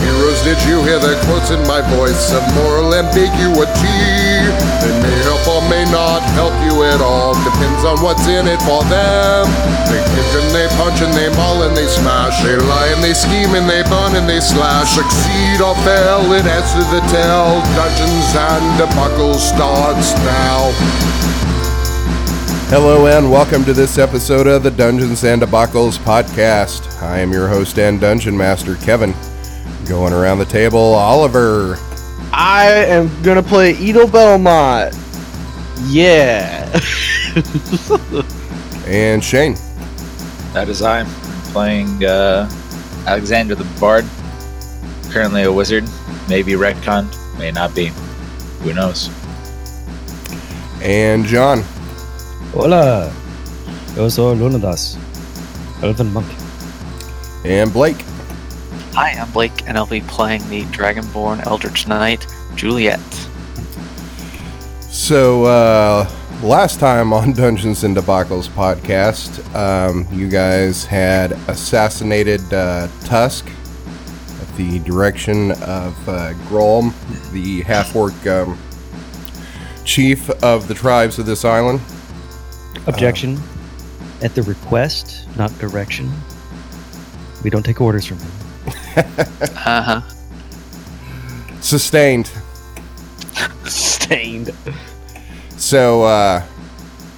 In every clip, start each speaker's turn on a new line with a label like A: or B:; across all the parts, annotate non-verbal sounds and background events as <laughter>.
A: heroes. Did you hear the quotes in my voice of moral ambiguity? They may help or may not help you at all. Depends on what's in it for them. They kick and they punch and they maul and they smash. They lie and they scheme and they burn and they slash. Succeed or fail, it adds to the tale. Dungeons and debacle starts now.
B: Hello and welcome to this episode of the Dungeons and Debacles podcast. I am your host and dungeon master, Kevin. Going around the table, Oliver.
C: I am gonna play Edo Belmont. Yeah.
B: And Shane.
D: That is I. I'm playing uh, Alexander the Bard. Currently a wizard. Maybe retconned. May not be. Who knows?
B: And John.
E: Hola, yo soy Lunadas, Elven Monk.
B: And Blake.
F: Hi, I'm Blake, and I'll be playing the Dragonborn Eldritch Knight, Juliet.
B: So, uh, last time on <laughs> Dungeons and Debacles podcast, um, you guys had assassinated uh, Tusk at the direction of uh, Grolm, the half orc um, chief of the tribes of this island.
E: Objection. Uh, At the request, not direction. We don't take orders from him.
F: Uh huh.
B: Sustained.
F: <laughs> Stained.
B: So uh,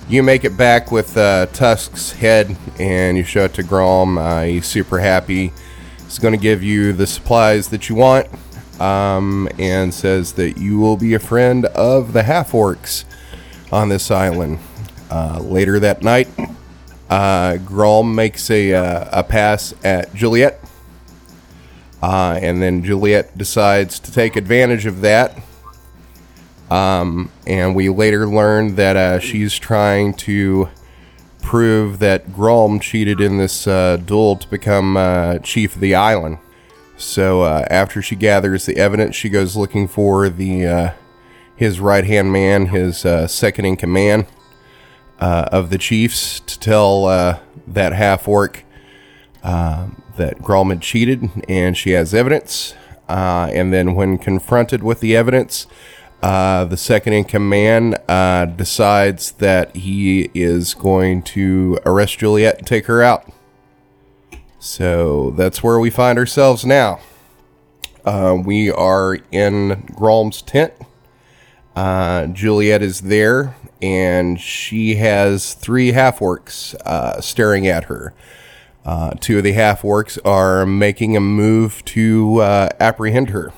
B: you make it back with uh, Tusk's head, and you show it to Grom. Uh, he's super happy. He's going to give you the supplies that you want, um, and says that you will be a friend of the half orcs on this island. Uh, later that night, uh, Grom makes a uh, a pass at Juliet, uh, and then Juliet decides to take advantage of that and we later learned that uh, she's trying to prove that Grom cheated in this uh, duel to become uh, chief of the island. So uh, after she gathers the evidence, she goes looking for the uh, his right hand man, his uh, second in command uh, of the chiefs, to tell uh, that half orc uh, that Grom had cheated, and she has evidence. Uh, and then, when confronted with the evidence, uh, the second in command uh, decides that he is going to arrest Juliet and take her out. So that's where we find ourselves now. Uh, we are in Grom's tent. Uh, Juliet is there, and she has three half orcs uh, staring at her. Uh, two of the half orcs are making a move to uh, apprehend her.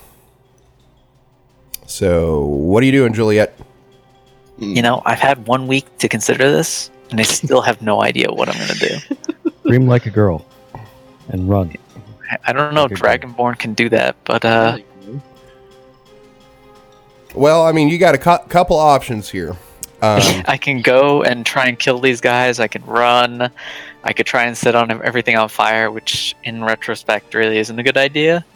B: So, what are you doing, Juliet?
D: Mm.
F: You know, I've had one week to consider this, and I still have no idea what I'm gonna do.
E: Scream like a girl and run.
F: I- I don't know if Dragonborn can do that, but uh,
B: Well, I mean, you got a cou- couple options here.
F: <laughs>
B: Um,
F: I can go and try and kill these guys. I can run. I could try and set on everything on fire, which in retrospect really isn't a good idea.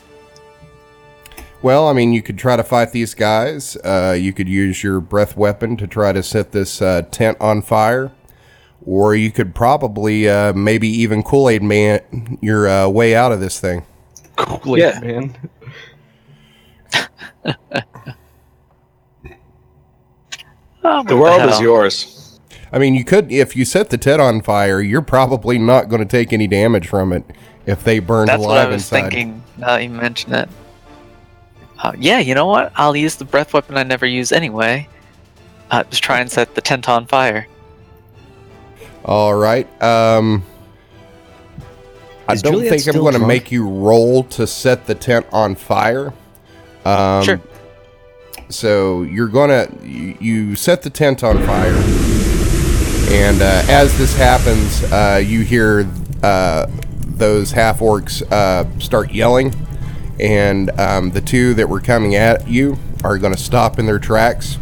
B: well, I mean, you could try to fight these guys. Uh, you could use your breath weapon to try to set this uh, tent on fire, or you could probably uh, maybe even Kool Aid Man your uh, way out of this thing.
C: Cool,
D: Yeah.
C: man.
F: Oh, what
D: The world is
F: hell.
D: yours.
B: I mean, you could if you set the tent on fire, you're probably not going to take any damage from it if they burned
F: That's what
B: alive
F: I was
B: inside.
F: thinking. Now that you mention it. Uh, yeah, you know what? I'll use the breath weapon I never use anyway. Uh, just try and set the tent on fire.
B: All right. Um, I
E: Is
B: don't
E: Juliet
B: think I'm
E: still
B: going to
E: drunk?
B: make you roll to set the tent on fire. Um,
F: Sure.
B: So you're gonna you, you set the tent on fire, and uh, as this happens, uh, you hear uh, those half orcs uh, start yelling, and um, the two that were coming at you are going to stop in their tracks.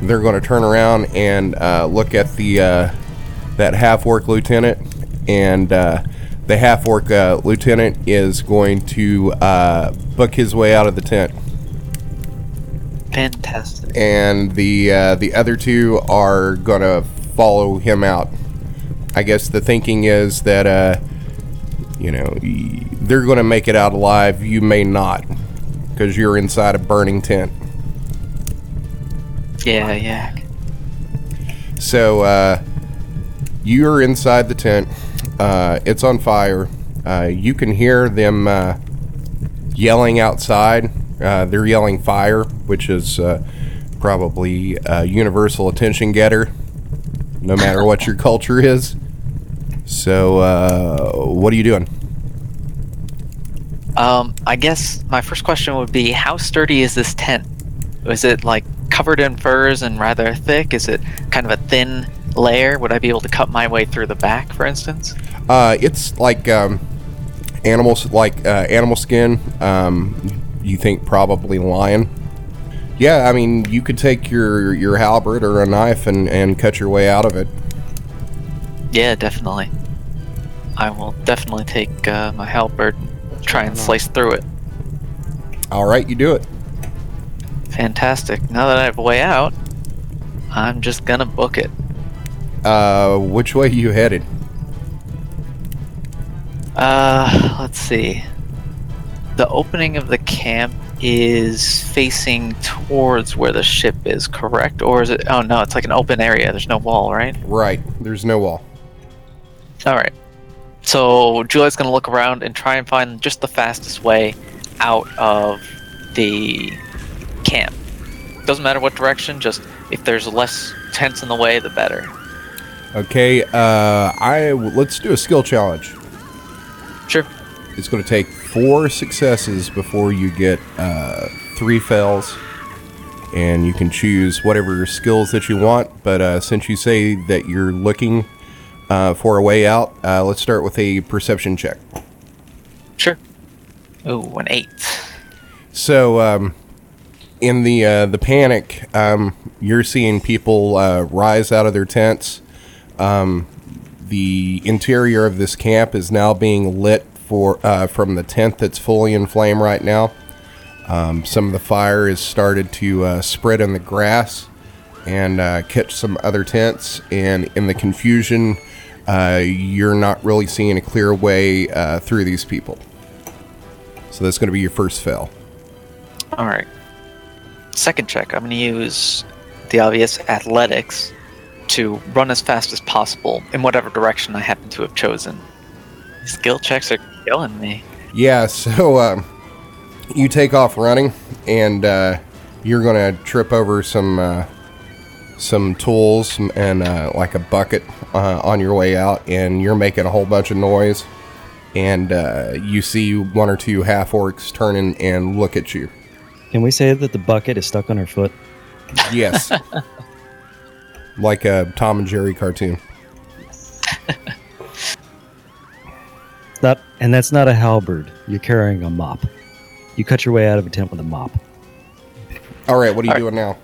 B: They're going to turn around and uh, look at the uh, that half orc lieutenant, and uh, the half orc uh, lieutenant is going to uh, book his way out of the tent,
F: Fantastic.
B: and the uh, the other two are gonna follow him out. I guess the thinking is that uh, you know y- they're gonna make it out alive. You may not, because you're inside a burning tent.
F: Yeah, yeah.
B: So uh, you're inside the tent. Uh, it's on fire. Uh, you can hear them uh, yelling outside. Uh, they're yelling fire, which is uh, probably a universal attention getter, no matter what your culture is. So, uh, what are you doing?
F: Um, I guess my first question would be how sturdy is this tent? Is it like covered in furs and rather thick? Is it kind of a thin layer? Would I be able to cut my way through the back, for instance?
B: Uh, it's like um, animals, like uh, animal skin. Um, you think probably lion. Yeah, I mean, you could take your your halberd or a knife and and cut your way out of it.
F: Yeah, definitely. I will definitely take uh, my halberd, and try and slice through it.
B: All right, you do it.
F: Fantastic. Now that I have a way out, I'm just gonna book it.
B: Uh, which way you headed?
F: Uh, let's see. The opening of the camp is facing towards where the ship is, correct? Or is it? Oh no, it's like an open area. There's no wall, right?
B: Right. There's no wall.
F: All right. So Juliet's gonna look around and try and find just the fastest way out of the camp. Doesn't matter what direction. Just if there's less tents in the way, the better.
B: Okay. Uh, I w- let's do a skill challenge.
F: Sure.
B: It's going to take four successes before you get uh, three fails. And you can choose whatever skills that you want. But uh, since you say that you're looking uh, for a way out, uh, let's start with a perception check.
F: Sure. Ooh, an eight.
B: So, um, in the uh, the panic, um, you're seeing people uh, rise out of their tents. Um, the interior of this camp is now being lit for uh, from the tent that's fully in flame right now. Um, some of the fire has started to uh, spread in the grass and uh, catch some other tents. And in the confusion, uh, you're not really seeing a clear way uh, through these people. So that's going to be your first fail.
F: All right. Second check. I'm going to use the obvious athletics to run as fast as possible in whatever direction I happen to have chosen. These Skill checks are killing me.
B: Yeah, <laughs> so um, you take off running, and uh, you're gonna trip over some uh, some tools and uh, like a bucket uh, on your way out, and you're making a whole bunch of noise. And uh, you see one or two half orcs turning and look at you.
E: Can we say that the bucket is stuck on her foot?
B: Yes, like a Tom and Jerry cartoon.
E: That and that's not a halberd. You're carrying a mop. You cut your way out of a tent with a mop.
B: All right, what are you
F: All right.
B: doing now?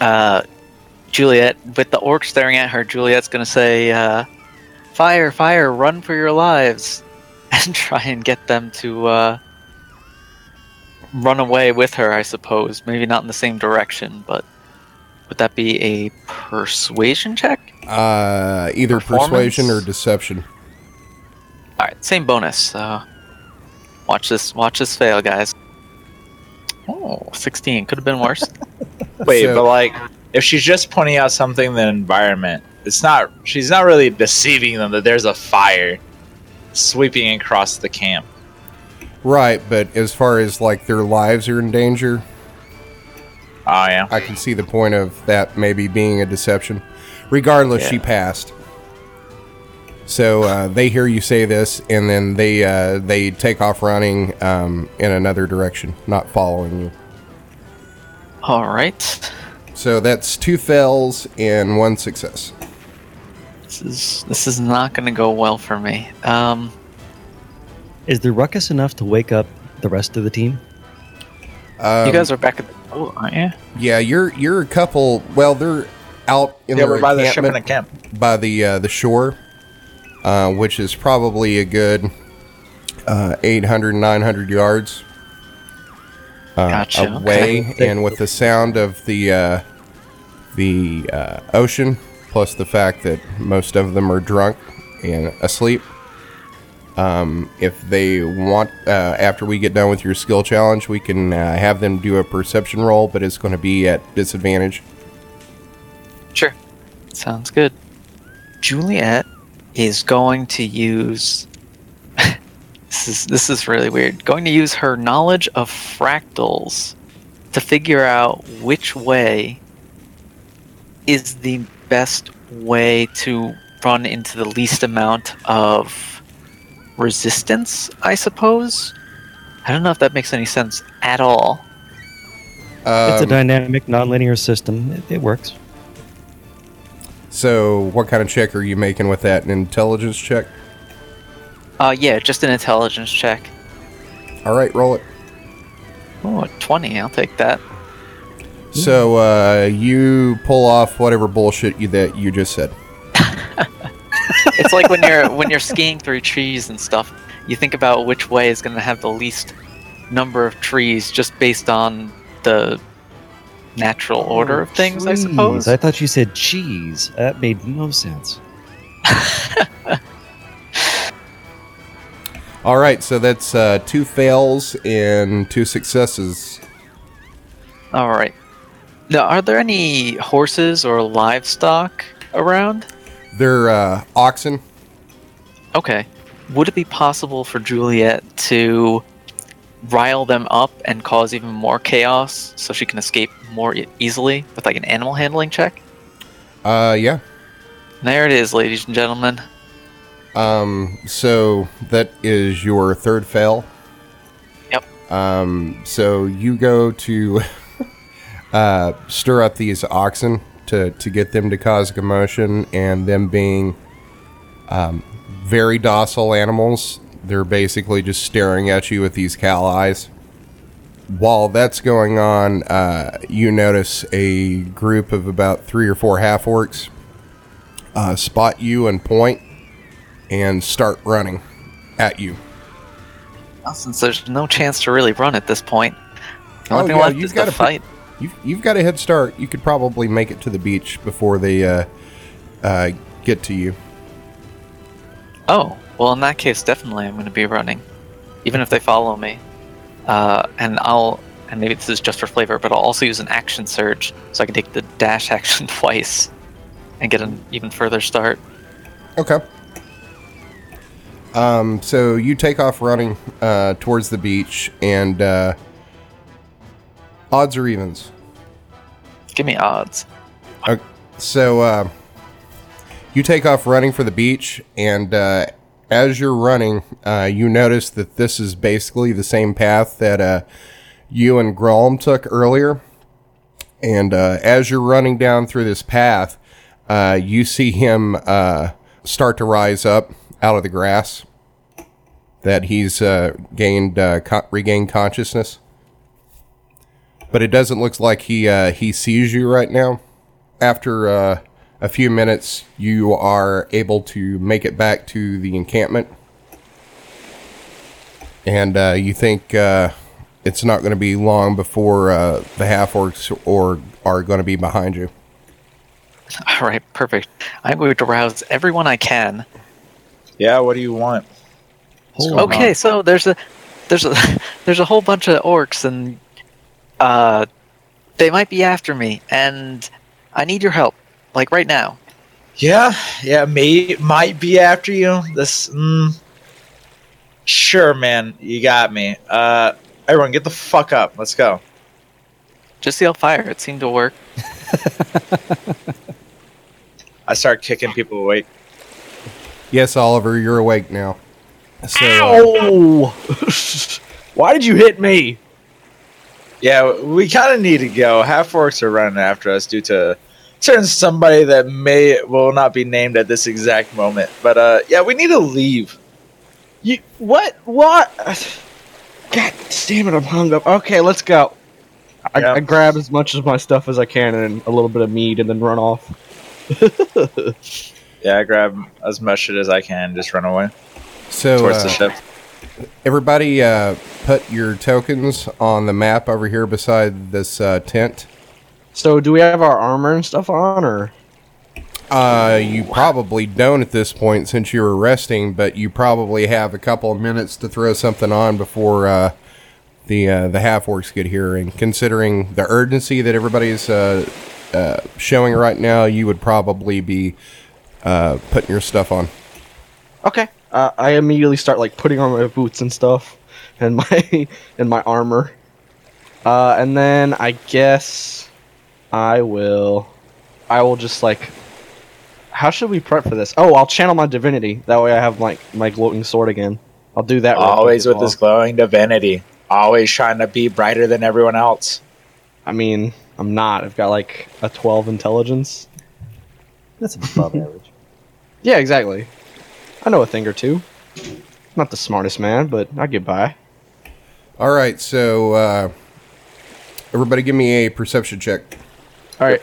F: Uh, Juliet, with the orc staring at her, Juliet's going to say, uh, Fire, fire, run for your lives! <laughs> And try and get them to uh, run away with her, I suppose. Maybe not in the same direction, but would that be a persuasion check?
B: Uh, either
F: Performance?
B: persuasion or deception.
F: All right, same bonus. So watch this, watch this fail, guys. Oh, 16 could have been worse.
D: Wait,
B: So-
D: but like, if she's just pointing out something in the environment, it's not. She's not really deceiving them that there's a fire sweeping across the camp.
B: Right, but as far as like their lives are in danger,
D: Oh yeah.
B: I can see the point of that maybe being a deception. Regardless, she passed. So uh, they hear you say this, and then they uh, they take off running um, in another direction, not following you.
F: All right,
B: So that's two fails and one success.
F: this is this is not going to go well for me. Um,
E: Is the ruckus enough to wake up the rest of the team?
B: Um,
F: you guys are back at the boat, aren't you?
B: yeah, you're you're a couple. Well, they're out in
D: Yeah,
B: their
D: we're by the ship
B: encampment
D: in a camp.
B: by the uh, the shore, uh, which is probably a good uh, 800, 900 yards uh,
F: Gotcha,
B: away,
E: okay.
B: and with the sound of the uh, the uh, ocean, plus the fact that most of them are drunk and asleep. Um, if they want, uh, after we get done with your skill challenge, we can uh, have them do a perception roll, but it's going to be at disadvantage.
F: Sure. Sounds good. Juliet is going to use <laughs> this is this is really weird. Going to use her knowledge of fractals to figure out which way is the best way to run into the least amount of resistance, I suppose. I don't know if that makes any sense at all.
E: it's a
B: Um,
E: dynamic, nonlinear system. It, it works.
B: So, what kind of check are you making with that? An intelligence check?
F: Uh yeah, just an intelligence check.
B: All right, roll it.
F: Oh, a 20, I'll take that.
E: Mm-hmm.
B: So, uh, you pull off whatever bullshit you, that you just said.
F: it's like when you're when you're skiing through trees and stuff you think about which way is going to have the least number of trees just based on the natural order of things i
E: Oh, Jeez,
F: suppose
E: I thought you said cheese. That made no sense.
B: All right, so that's uh, two fails and two successes.
F: all right now are there any horses or livestock around
B: They're uh, oxen.
F: okay would it be possible for juliet to rile them up and cause even more chaos so she can escape more e- easily with like an animal handling check
B: Uh, yeah.
F: there it is ladies and gentlemen
B: Um, so that is your third fail.
F: Yep.
B: Um, so you go to <laughs> uh, stir up these oxen to, to get them to cause commotion, and them being um, very docile animals, they're basically just staring at you with these cow eyes. While that's going on, uh, you notice a group of about three or four half orcs uh, spot you and point and start running at you.
F: Well, since there's no chance to really run at this point, the only
B: Oh,
F: thing
B: yeah,
F: left
B: you've
F: is
B: got
F: to
B: a pre-
F: fight.
B: You've, you've got a head start. You could probably make it to the beach before they uh, uh, get to you.
F: Oh, well, in that case, definitely I'm going to be running, even if they follow me. Uh, and I'll, and maybe this is just for flavor, but I'll also use an action surge so I can take the dash <laughs> action twice and get an even further start.
B: Okay. Um, so you take off running uh, towards the beach, and uh, odds or evens.
F: Give me odds. <laughs>
B: Uh, so uh, you take off running for the beach, and uh, as you're running, uh, you notice that this is basically the same path that uh, you and Grom took earlier. And uh, as you're running down through this path, uh, you see him uh, start to rise up out of the grass. That he's uh, gained uh, co- regained consciousness, but it doesn't look like he uh, he sees you right now after uh, a few minutes, you are able to make it back to the encampment. And uh, you think uh, it's not going to be long before uh, the half orcs or are going to be behind you.
F: All right, perfect. I'm going to rouse everyone I can.
D: Yeah, what do you want? What's going
F: okay,
D: on?
F: so there's a there's a <laughs> there's a whole bunch of orcs and uh they might be after me and I need your help like right now.
D: Yeah, yeah, may might be after you. This, mm, sure, man, you got me. Uh, everyone, get the fuck up. Let's go.
F: Just yell fire. It seemed to work.
D: I start kicking people away.
B: Yes, Oliver, you're awake now. So, uh,
C: Ow! <laughs> Why did you hit me?
D: Yeah, we kind of need to go. Half orcs are running after us due to certain somebody that may will not be named at this exact moment. But uh, yeah, we need to leave.
C: You what? What? God damn it! I'm hung up. Okay, let's go. I,
D: Yeah.
C: I grab as much of my stuff as I can and a little bit of meat and then run off.
D: Yeah, I grab as much shit as I can, just run away
B: So
D: towards
B: uh,
D: the ship.
B: everybody, uh, put your tokens on the map over here beside this uh, tent.
C: So, do we have our armor and stuff on, or
B: Uh, you probably don't at this point since you were resting, but you probably have a couple of minutes to throw something on before uh, the uh, the half orcs get here. And considering the urgency that everybody's uh, uh, showing right now, you would probably be uh, putting your stuff on.
C: okay? Uh, I immediately start like putting on my boots and stuff, and my <laughs> and my armor, uh, and then I guess I will, I will just like, how should we prep for this? Oh, I'll channel my divinity. That way, I have like my gloating sword again. I'll do that. real quick
D: Always
C: as
D: with
C: well.
D: this glowing divinity. Always trying to be brighter than everyone else.
C: I mean, I'm not. I've got like a 12 intelligence.
E: That's <laughs> above average.
C: Yeah, exactly. I know a thing or two. Not the smartest man, but I get by.
B: All right, so uh, everybody, give me a perception check.
C: All right,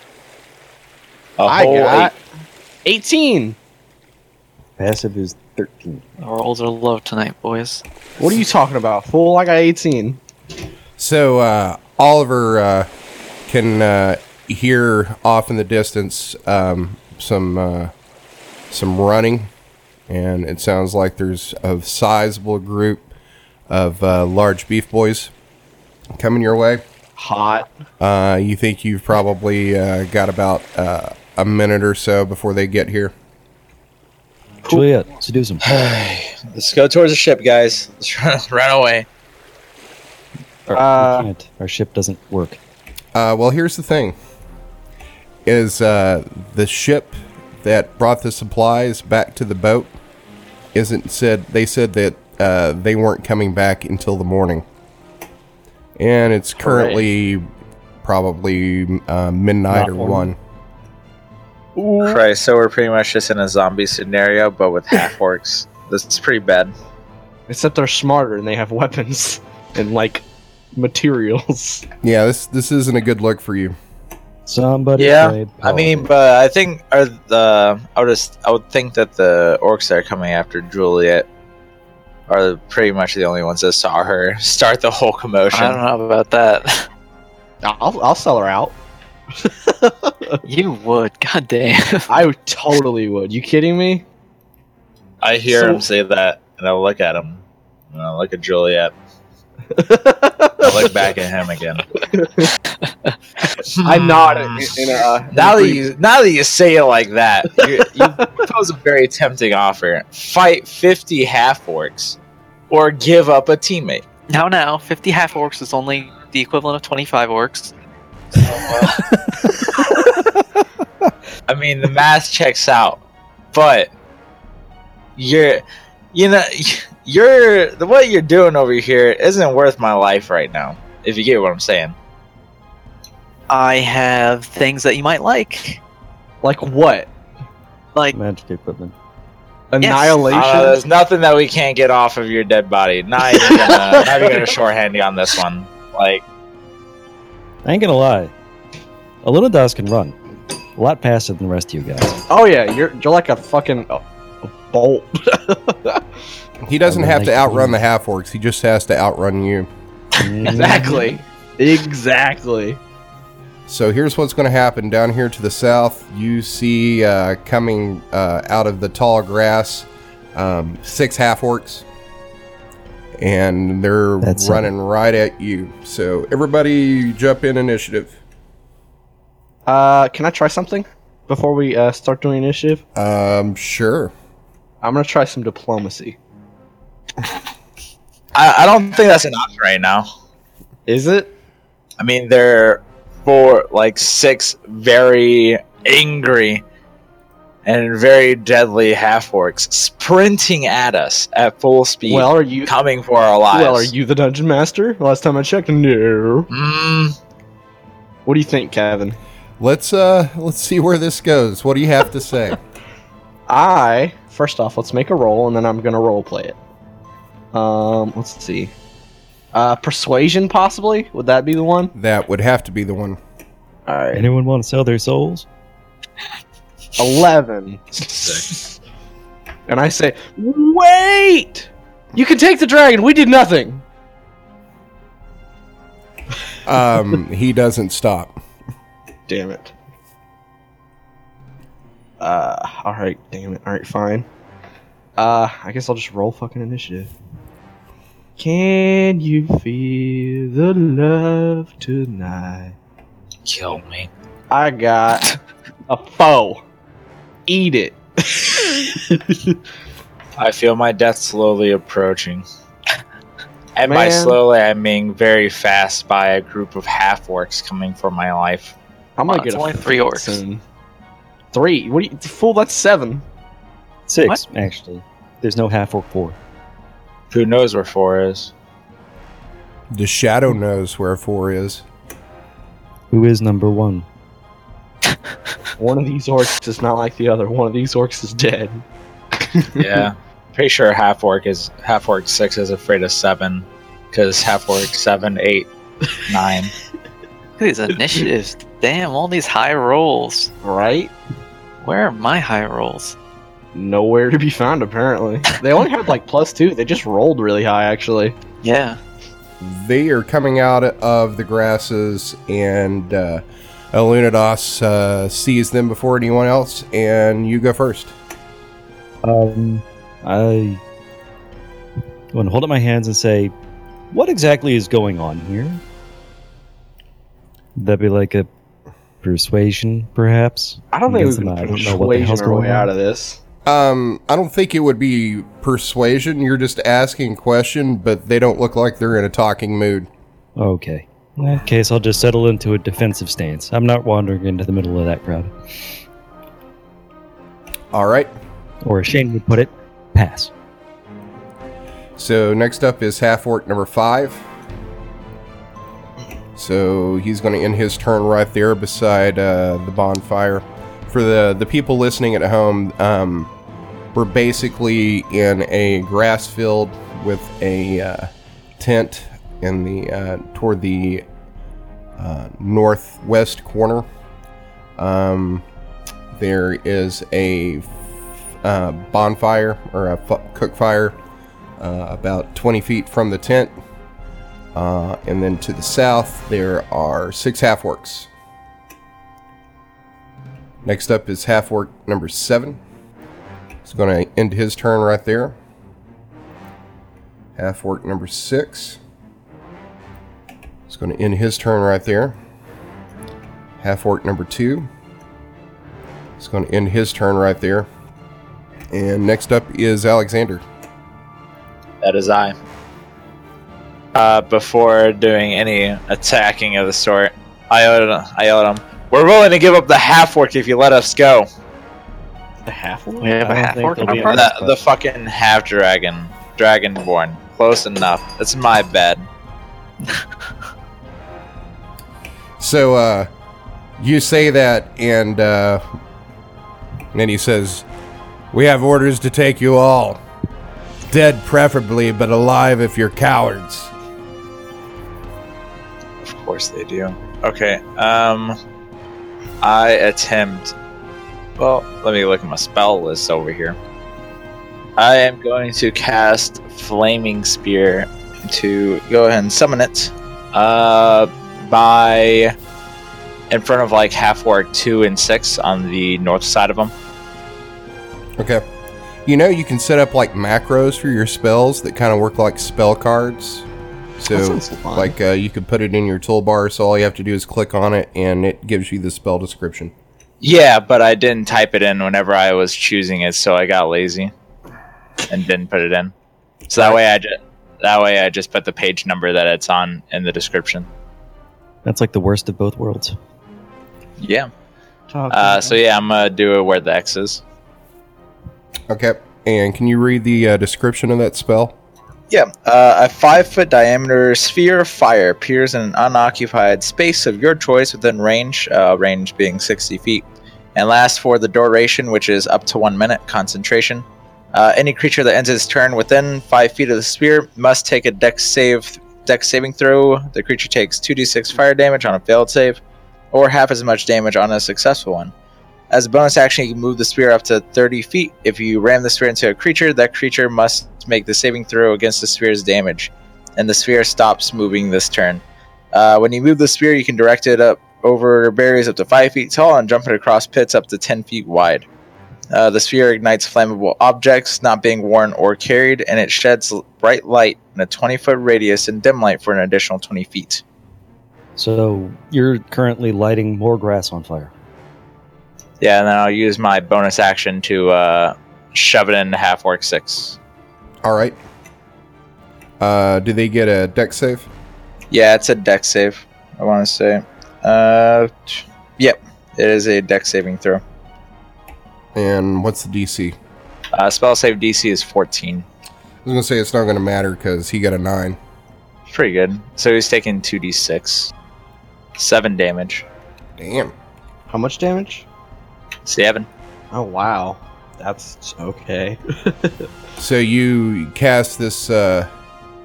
D: A
C: I
D: whole
C: got
D: eight-
C: 18.
G: Passive is 13.
F: The rolls are low tonight, boys.
C: What are you talking about, fool? I got 18.
B: So uh, Oliver uh, can uh, hear off in the distance um, some uh, some running, and it sounds like there's a sizable group of uh, large beef boys coming your way.
C: Hot.
B: Uh, you think you've probably uh, got about uh, a minute or so before they get here.
E: Juliet, seduce him.
D: Let's go towards the ship, guys. Let's run, <laughs> run away.
E: Or,
C: Uh,
E: we can't. Our ship doesn't work.
B: Uh, well, here's the thing: is uh, the ship that brought the supplies back to the boat isn't said. They said that uh, they weren't coming back until the morning, and it's currently probably uh, midnight
E: Not
B: or
E: morning.
B: one.
D: Christ, so we're pretty much just in a zombie scenario, but with <laughs> half orcs. This is pretty bad.
C: Except they're smarter and they have weapons <laughs> and like materials. <laughs>
B: Yeah, this this isn't a good look for you.
E: Somebody.
D: Yeah,
E: played
F: Oh.
D: I mean,
E: politics.
D: but I think are the I would just I would think that the orcs that are coming after Juliet are pretty much the only ones that saw her <laughs> start the whole commotion.
F: I don't know about that. <laughs>
C: I'll, I'll sell her out.
F: you would, goddamn.
C: I totally would. You kidding me?
D: I hear
C: So-
D: him say that, and I look at him, and I look at
F: <laughs>
D: Juliet. I look back at him again.
C: I
D: Hmm.
C: nod in, in a.
D: Now that you now that you say it like that, you, you <laughs> pose a very tempting offer: fight fifty half orcs, or give up a teammate.
F: <laughs> Now, now, 50 half orcs is only the equivalent of 25 orcs.
D: I mean, the math <laughs> checks out, but you're, you know, <laughs> you're the what you're doing over here isn't worth my life right now. If you get what I'm saying,
F: I have things that you might like.
C: Like what?
F: Like,
G: Magic equipment.
C: Annihilation?
D: uh, there's nothing that we can't get off of your dead body. Not even gonna, not even gonna shorthand you on this one. Like,
E: I ain't gonna lie. A little DOS can run. A lot faster than the rest of
D: <laughs>
E: you guys.
C: Oh yeah, you're you're like a fucking a, a bolt.
B: He doesn't
E: would
B: have
E: like
B: to
E: to
B: outrun
E: be-
B: the half orcs. He just has to outrun you.
C: exactly. Exactly.
B: So here's what's going to happen down here to the south. You see uh, coming uh, out of the tall grass um, six half orcs, and they're
E: That's it.
B: running right at you. So everybody, jump in initiative.
C: Uh, can I try something before we uh, start doing initiative?
B: Um, sure.
C: I'm gonna try some diplomacy.
D: I, I don't think that's an option right now.
C: Is it?
D: I mean, there are four, like six very angry and very deadly half orcs sprinting at us at full speed,
C: Well, are you?
D: coming for our lives.
C: Well, are you the dungeon master? Last time I checked, no.
D: Mm,
C: What do you think, Kevin?
B: Let's uh, let's see where this goes. What do you have to <laughs> say?
C: I first off, let's make a roll, and then I'm gonna role play it. Um, let's see. Uh, persuasion, possibly. Would that be the one?
B: That would have to be the one.
C: All right.
E: Anyone want to sell their souls?
C: Eleven.
D: Sick.
C: And I say, wait! You can take the dragon. We did nothing.
B: Um, he doesn't stop.
C: Damn it. Uh, all right. Damn it. All right. Fine. Uh, I guess I'll just roll fucking initiative. Can you feel the love tonight?
D: Kill me.
C: I got a foe. Eat
F: <laughs>
C: it.
D: I feel my death slowly approaching. And by
C: Man.
D: slowly, I mean very fast by a group of half orcs coming for my life.
C: I'm gonna
F: Wow,
C: get
F: it's
C: a
F: only three orcs.
C: soon. Three? What? Are you, fool, that's seven.
E: Six, actually. There's no half or four.
D: Who knows where four is?
B: The shadow knows where four is.
E: Who is number one?
C: One of these orcs is not like the other. One of these orcs is dead.
D: Yeah. Pretty sure half orc is half orc six is afraid of seven, because half orc seven, eight, nine.
F: Look at these initiatives. Damn, all these high rolls.
C: Right?
F: Where are my high rolls?
C: Nowhere to be found, apparently. They only had like plus two. They just rolled really high, actually.
F: Yeah.
B: They are coming out of the grasses, and uh, Alunados uh, sees them before anyone else, and you go first.
E: Um, I want to hold up my hands and say, "What exactly is going on here?" That'd be like a persuasion, perhaps.
C: I don't think we
E: Against
C: can
E: them, I don't know what the
C: persuasion
E: hell's
C: our way
E: going on.
C: out of this.
B: Um, I don't think it would be persuasion. You're just asking question, but they don't look like they're in a talking mood.
E: Okay. In that case, I'll just settle into a defensive stance. I'm not wandering into the middle of that crowd.
B: All right.
E: Or as Shane would put it, pass.
B: So next up is half orc number five. So he's going to end his turn right there beside uh, the bonfire. For the the people listening at home, um, we're basically in a grass field with a uh, tent in the uh, toward the uh, northwest corner. Um, there is a uh, bonfire or a f- cook fire uh, about 20 feet from the tent. Uh, and then to the south, there are six half orcs. Next up is half orc number seven. He's going to end his turn right there. Half orc number six. He's going to end his turn right there. Half orc number two. He's going to end his turn right there. And next up is Alexander.
D: That is I. Uh, before doing any attacking of the sort, I yelled, I yelled at him, We're willing to give up the half orc if you let us go.
C: The half
F: We have
E: I
F: a
E: don't
F: half
E: think
F: orc.
E: they'll be
F: number?
E: able
D: The, the fucking half dragon, dragonborn. Close enough. That's my bed.
B: So uh, you say that, and, uh, and then he says, "We have orders to take you all, dead preferably, but alive if you're cowards."
D: Of course they do. Okay. Um, I attempt. Well, let me look at my spell list over here. I am going to cast Flaming Spear to go ahead and summon it. Uh, by in front of like half orc two and six on the north side of them.
B: Okay. You know you can set up like macros for your spells that kind of work like spell cards.
C: That
B: So
C: sounds fun.
B: like uh, you could put it in your toolbar, so all you have to do is click on it, and it gives you the spell description.
D: Yeah, but I didn't type it in whenever I was choosing it, so I got lazy and didn't put it in. So that way I just that way I just put the page number that it's on in the description.
E: That's like the worst of both worlds.
D: Yeah. Uh, so yeah, I'm gonna do it where the X is.
B: Okay. And can you read the uh, description of that spell?
D: Yeah, uh, a five foot diameter sphere of fire appears in an unoccupied space of your choice within range, uh, range being 60 feet, and lasts for the duration, which is up to one minute concentration. Uh, any creature that ends its turn within five feet of the sphere must take a dex save dex saving throw, the creature takes 2d6 fire damage on a failed save, or half as much damage on a successful one. As a bonus action, you can move the spear up to 30 feet. If you ram the spear into a creature, that creature must make the saving throw against the spear's damage, and the spear stops moving this turn. Uh, when you move the spear, you can direct it up over barriers up to 5 feet tall and jump it across pits up to 10 feet wide. Uh, the sphere ignites flammable objects, not being worn or carried, and it sheds l- bright light in a 20 foot radius and dim light for an additional 20 feet.
E: So you're currently lighting more grass on fire.
D: Yeah, and then I'll use my bonus action to uh, shove it into half orc 6.
B: All right. Uh, do they get a deck save?
D: Yeah, it's a deck save, I want to say. Uh, t- yep, it is a deck saving throw.
B: And what's the DC?
D: Uh, spell save DC is 14.
B: I was gonna say it's not gonna matter because he got a nine.
D: Pretty good. So he's taking 2d6. 7 damage.
B: Damn.
C: How much damage?
D: 7.
C: Oh wow, that's okay.
B: So you cast this uh,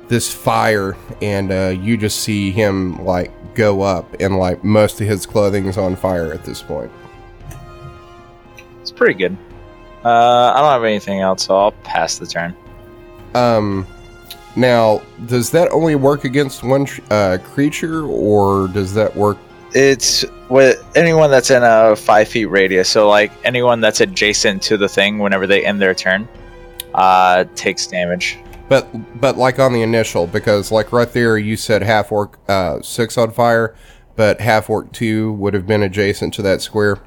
B: this fire, and uh, you just see him like go up, and like most of his clothing is on fire at this point.
D: It's pretty good. Uh, I don't have anything else, so I'll pass the turn.
B: Um, now does that only work against one tr- uh, creature, or does that work?
D: It's with anyone that's in a five feet radius. So like anyone that's adjacent to the thing, whenever they end their turn, uh, takes damage.
B: But but like on the initial, because like right there you said half orc uh, six on fire, but half orc two would have been adjacent to that square.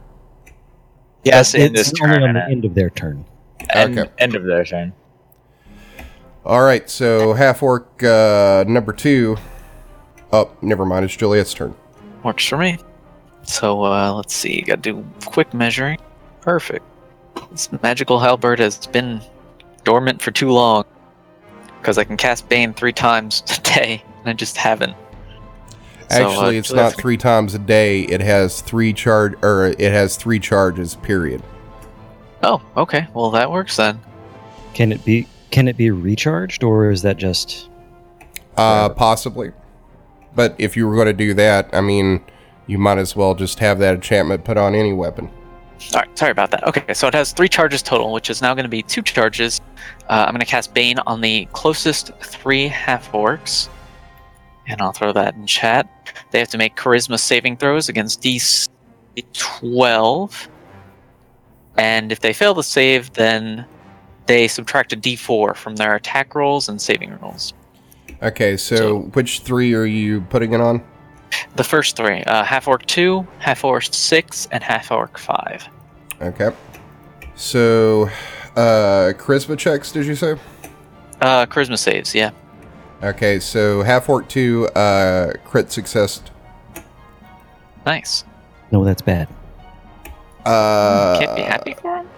D: Yes,
E: But
D: in
E: it's
D: this
E: only
D: turn,
E: on the
D: and
E: end of their turn.
D: end,
B: Okay.
D: end of their turn.
B: All right, so half orc uh, number two. Oh, never mind. It's Juliet's turn.
F: Works for me. So uh, let's see. Got to do quick measuring. Perfect. This magical halberd has been dormant for too long because I can cast Bane three times <laughs> a day, and I just haven't. So, uh,
B: Actually, it's
F: Juliet's
B: not three times a day. It has three charge, or it has three charges. Period.
F: Oh, okay. Well, that works then.
E: Can it be? Can it be recharged, or is that just?
B: Uh, possibly, but if you were going to do that, I mean, you might as well just have that enchantment put on any weapon.
F: All right. Sorry about that. Okay. So it has three charges total, which is now going to be two charges. Uh, I'm going to cast Bane on the closest three half orcs, and I'll throw that in chat. They have to make charisma saving throws against D12, and if they fail the save, then they subtract a D4 from their attack rolls and saving rolls.
B: Okay, so which three are you putting it on?
F: The first three: uh, half orc two, half orc six, and half orc five.
B: Okay, so uh, charisma checks. Did you say?
F: Uh, charisma saves. Yeah.
B: Okay, so half orc two uh, crit success.
F: Nice.
E: No, that's bad.
B: Uh,
F: Can't be happy for him.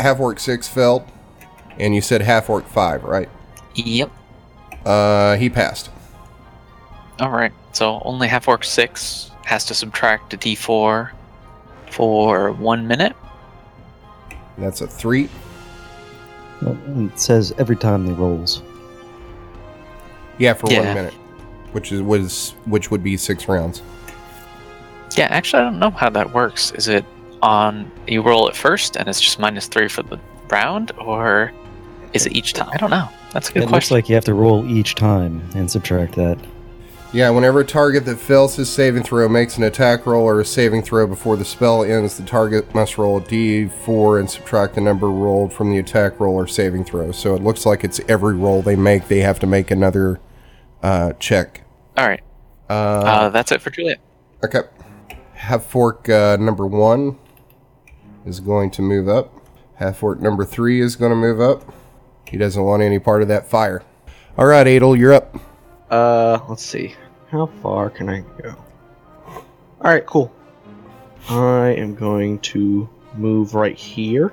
B: Half orc six failed, and you said half orc five, right?
F: Yep.
B: Uh, he passed.
F: All right. So only half orc six has to subtract a d4 for one minute.
B: That's a three.
E: Well, It says every time they rolls.
B: Yeah, for one
F: Yeah.
B: minute, which is was which would be six rounds.
F: Yeah. Actually, I don't know how that works. Is it on you roll it first and it's just minus three for the round, or is it each time? I don't know. That's a good
E: it looks
F: question.
E: like you have to roll each time and subtract that.
B: Yeah, whenever a target that fails his saving throw makes an attack roll or a saving throw before the spell ends, the target must roll a d4 and subtract the number rolled from the attack roll or saving throw. So it looks like it's every roll they make, they have to make another uh, check.
F: All right. Uh,
B: Uh,
F: that's it for Juliet.
B: okay. Half fork uh, number one is going to move up. Half fork number three is going to move up. He doesn't want any part of that fire. All right, Adel, you're up.
C: Uh, let's see. How far can I go? All right, cool. I am going to move right here,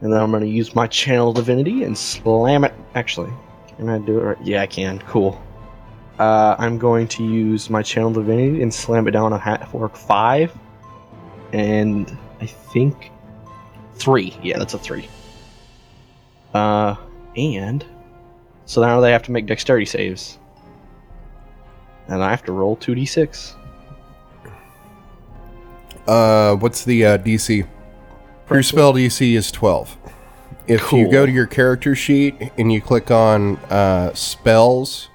C: and then I'm going to use my channel divinity and slam it. Actually, can I do it? Right? Yeah, I can. Cool. Uh, I'm going to use my channel divinity and slam it down on half orc five, and I think three. Yeah, that's a three. Uh, and so now they have to make dexterity saves. and I have to roll 2d6.
B: Uh, what's the uh, DC? Your spell DC is 12. If you
C: Cool.
B: go to your character sheet and you click on uh, spells,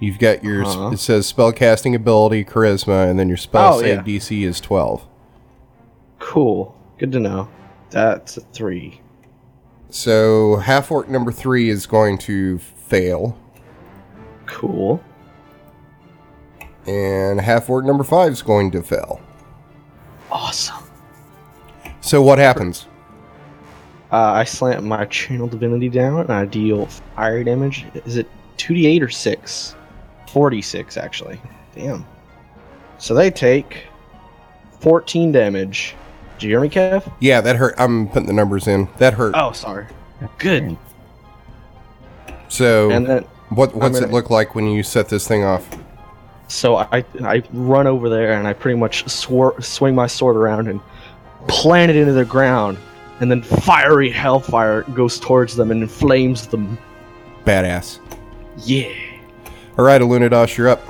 B: you've got your.
C: Uh-huh.
B: It says spell casting ability, charisma, and then your spell
C: Oh,
B: save
C: yeah.
B: DC is 12.
C: Cool. Good to know. That's a three.
B: So half orc number three is going to fail,
C: Cool.
B: and half orc number five is going to fail.
F: Awesome.
B: So what happens?
C: Uh, I slant my channel divinity down and I deal fire damage. Is it 2d8 or 6? 46, actually. Damn. So they take 14 damage. Do you hear me, Kev?
B: Yeah, that hurt. I'm putting the numbers in. That hurt.
C: Oh, sorry.
E: Good.
B: so
C: And then,
B: what what's it
C: gonna-
B: look like when you set this thing off?
C: so I, I run over there and I pretty much swir- swing my sword around and plant it into the ground. And then fiery hellfire goes towards them and inflames them.
B: Badass.
C: Yeah.
B: All right, Alunadosh, you're up.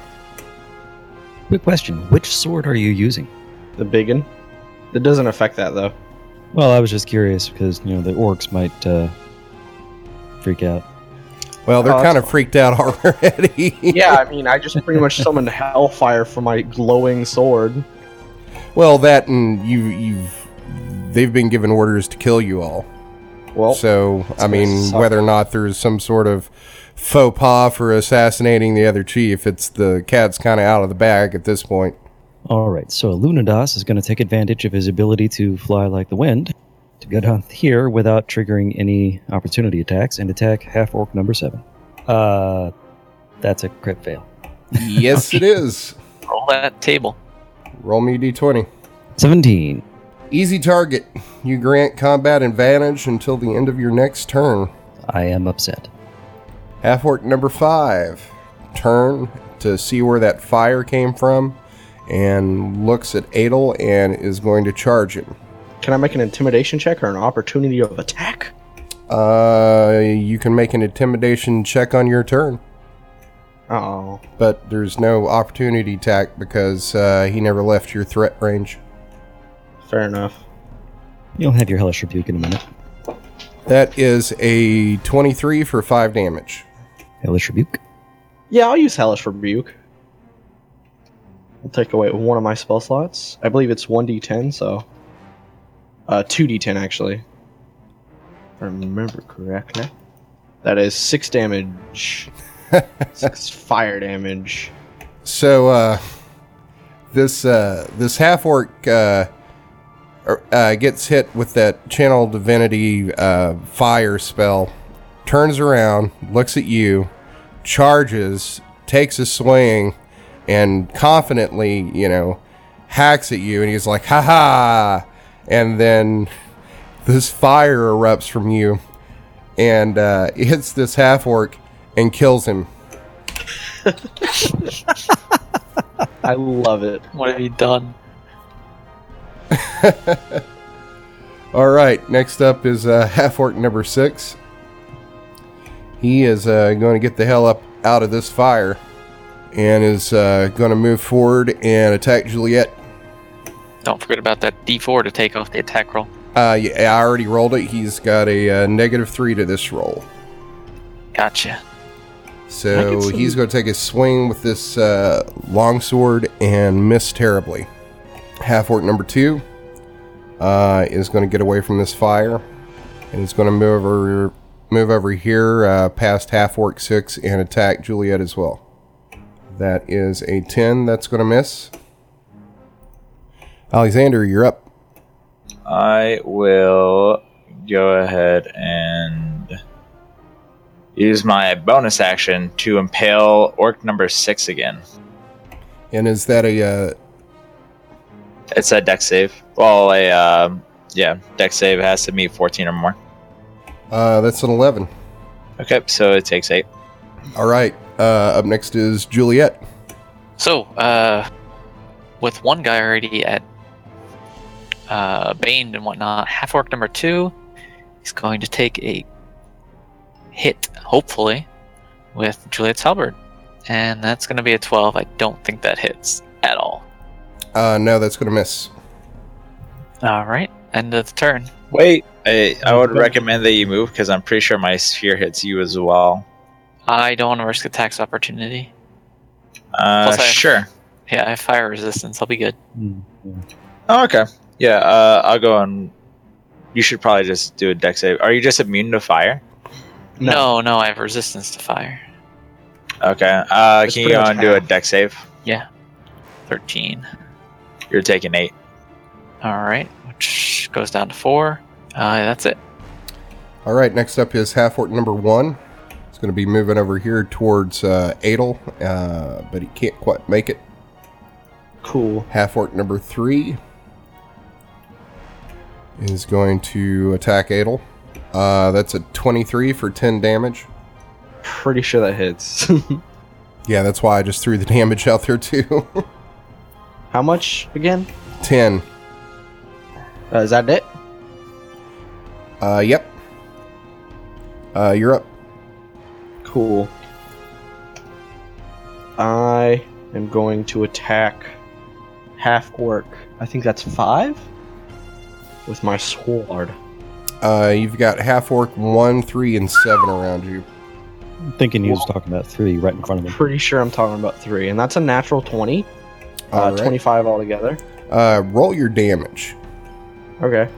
E: Quick question: Which sword are you using?
C: The biggin. That doesn't affect that, though.
E: Well, I was just curious because you know the orcs might uh, freak out.
B: Well, they're
C: Oh,
B: kind of freaked out <laughs> already.
C: <laughs> yeah, I mean, I just pretty much summoned hellfire for my glowing sword.
B: Well, that and you you've they've been given orders to kill you all.
C: Well,
B: so I mean,
C: suck.
B: whether or not there's some sort of faux pas for assassinating the other chief, it's the cat's kind of out of the bag at this
C: <laughs>
B: point.
E: All right, so Lunadas is going to take advantage of his ability to fly like the wind to get on here without triggering any opportunity attacks and attack half orc number seven. Uh, that's a crit fail.
B: yes, it is.
F: Roll that table.
B: Roll me a d20.
E: Seventeen.
B: Easy target. You grant combat advantage until the end of your next turn.
E: I am upset.
B: Half orc number five. Turn to see where that fire came from and looks at Adel and is going to charge him.
C: can I make an intimidation check or an opportunity of attack?
B: Uh, you can make an intimidation check on your turn,
C: Oh,
B: but there's no opportunity attack because uh, he never left your threat range.
C: fair enough.
E: You'll have your hellish rebuke in a minute.
B: That is a 23 for 5 damage.
E: Hellish rebuke.
C: Yeah, I'll use hellish rebuke. I'll take away one of my spell slots. I believe it's one d10, so uh, two d10 actually. If I remember correctly. That is six damage. six fire damage.
B: So uh, this uh, this half orc uh, er- uh, gets hit with that channel divinity uh, fire spell, turns around, looks at you, charges, takes a swing, and confidently, you know, hacks at you, and he's like, "Ha ha!" And then this fire erupts from you, and uh, <laughs> it hits this half orc and kills him.
C: I love it.
F: What have you done?
B: All right, next up is uh, <laughs> half orc number six. He is uh, going to get the hell up out of this fire and is uh, going to move forward and attack Juliet.
F: Don't forget about that D4 to take off the attack roll.
B: Uh, yeah, I already rolled it. He's got a uh, negative three to this roll.
F: Gotcha.
B: So he's going to take a swing with this uh, longsword and miss terribly. Half orc number two uh, is going to get away from this fire and is going to move over, move over here uh, past half orc six and attack Juliet as well. That is a 10 that's going to miss. Alexander, you're up.
D: I will go ahead and use my bonus action to impale orc number six again.
B: And is that a. Uh,
D: It's a deck save. Well, a um, yeah, deck save has to meet 14 or more.
B: uh, that's an 11.
D: Okay, so it takes eight.
B: All right. Uh, up next is Juliet.
F: So, uh, with one guy already at uh, Bane and whatnot, half orc number two, he's going to take a hit, hopefully, with Juliet's halberd and that's going to be a 12. I don't think that hits at all.
B: Uh, no, that's gonna miss.
F: All right, end of the turn.
D: Wait, I, I would recommend that you move because I'm pretty sure my sphere hits you as well.
F: I don't want to risk a tax opportunity.
D: Uh,
F: Plus I-
D: sure.
F: Yeah, I have fire resistance. I'll be good.
E: Hmm.
D: Oh, okay. Yeah, uh, I'll go and. You should probably just do a deck save. Are you just immune to fire?
F: No, no, I have resistance to fire.
D: Okay. Uh,
C: It's
D: can you
C: pretty
D: go
C: much
D: and do a
C: half.
D: deck save?
F: 13.
D: You're taking eight.
F: All right, which goes down to four. Uh, that's it.
B: All right, next up is half orc number one. It's gonna be moving over here towards uh, Adel, uh, but he can't quite make it.
C: Cool.
B: Half orc number three is going to attack Adel. Uh, that's a 23 for 10 damage.
C: Pretty sure that hits. <laughs>
B: Yeah, that's why I just threw the <laughs> damage out there too. <laughs>
C: How much again?
B: 10.
C: Uh, is that it?
B: Uh, yep. Uh, you're up.
C: Cool. I am going to attack half orc. I think that's five? With my sword.
B: Uh, you've got half orc one, three, and seven around you.
E: I'm thinking he was talking about three right in front of him.
C: Pretty sure I'm talking about three, and that's a natural 20. Uh,
B: All right.
C: 25 altogether.
B: Uh, roll your damage.
C: Okay.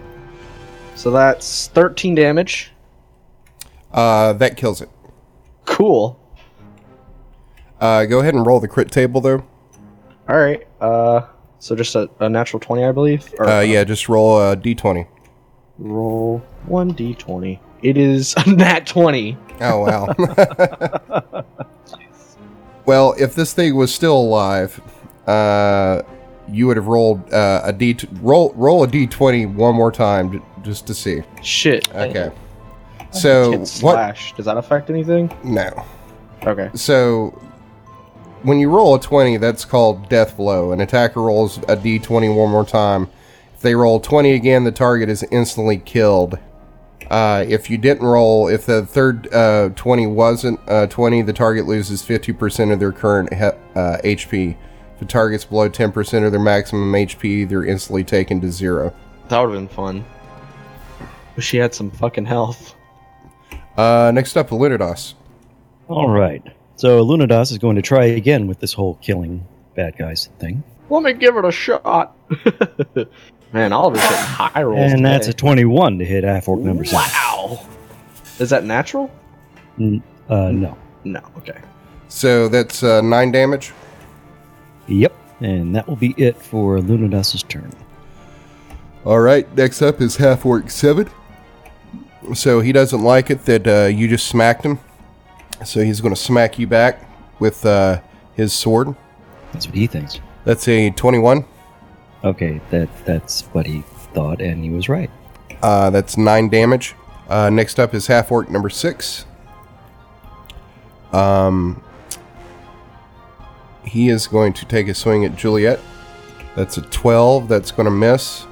C: So that's 13 damage.
B: Uh, that kills it.
C: Cool.
B: Uh, go ahead and roll the crit table though.
C: Alright. Uh, so just a, a natural 20, I believe? Or,
B: Uh, yeah, just roll a d20.
C: Roll 1d20. It is <laughs> a nat 20.
B: Oh wow. <laughs> well, if this thing was still alive, uh, you would have rolled uh, a d roll roll a d20 one more time j- just to see.
C: Shit.
B: Okay. So
C: Hit
B: what?
C: slash. Does that affect anything?
B: No.
C: Okay.
B: So when you roll a 20, that's called death blow. An attacker rolls a d20 one more time. If they roll 20 again, the target is instantly killed. Uh, if you didn't roll, if the third uh, 20 wasn't uh, 20, the target loses 50% of their current he- uh, HP. If the target's below 10% of their maximum HP, they're instantly taken to zero.
C: That would have been fun. Wish she had some fucking health.
B: Uh, next up, Lunados.
E: All right. So Lunadas is going to try again with this whole killing bad guys thing.
C: Let me give it a shot. <laughs> Man, Oliver's hitting high rolls.
E: And that's a
C: today.
E: 21 to hit Afork number seven.
C: Wow. Is that natural?
E: Uh, no.
C: No. Okay.
B: So that's uh, 9 damage.
E: Yep. And that will be it for Lunadas' turn.
B: All right, next up is Half Orc 7. So he doesn't like it that uh, you just smacked him. So he's going to smack you back with uh, his sword.
E: That's what he thinks.
B: That's a 21.
E: Okay, that that's what he thought, and he was right.
B: Uh, that's 9 damage. Uh, next up is Half Orc number 6. Um, he is going to take a swing at Juliet. That's a 12. That's going to miss.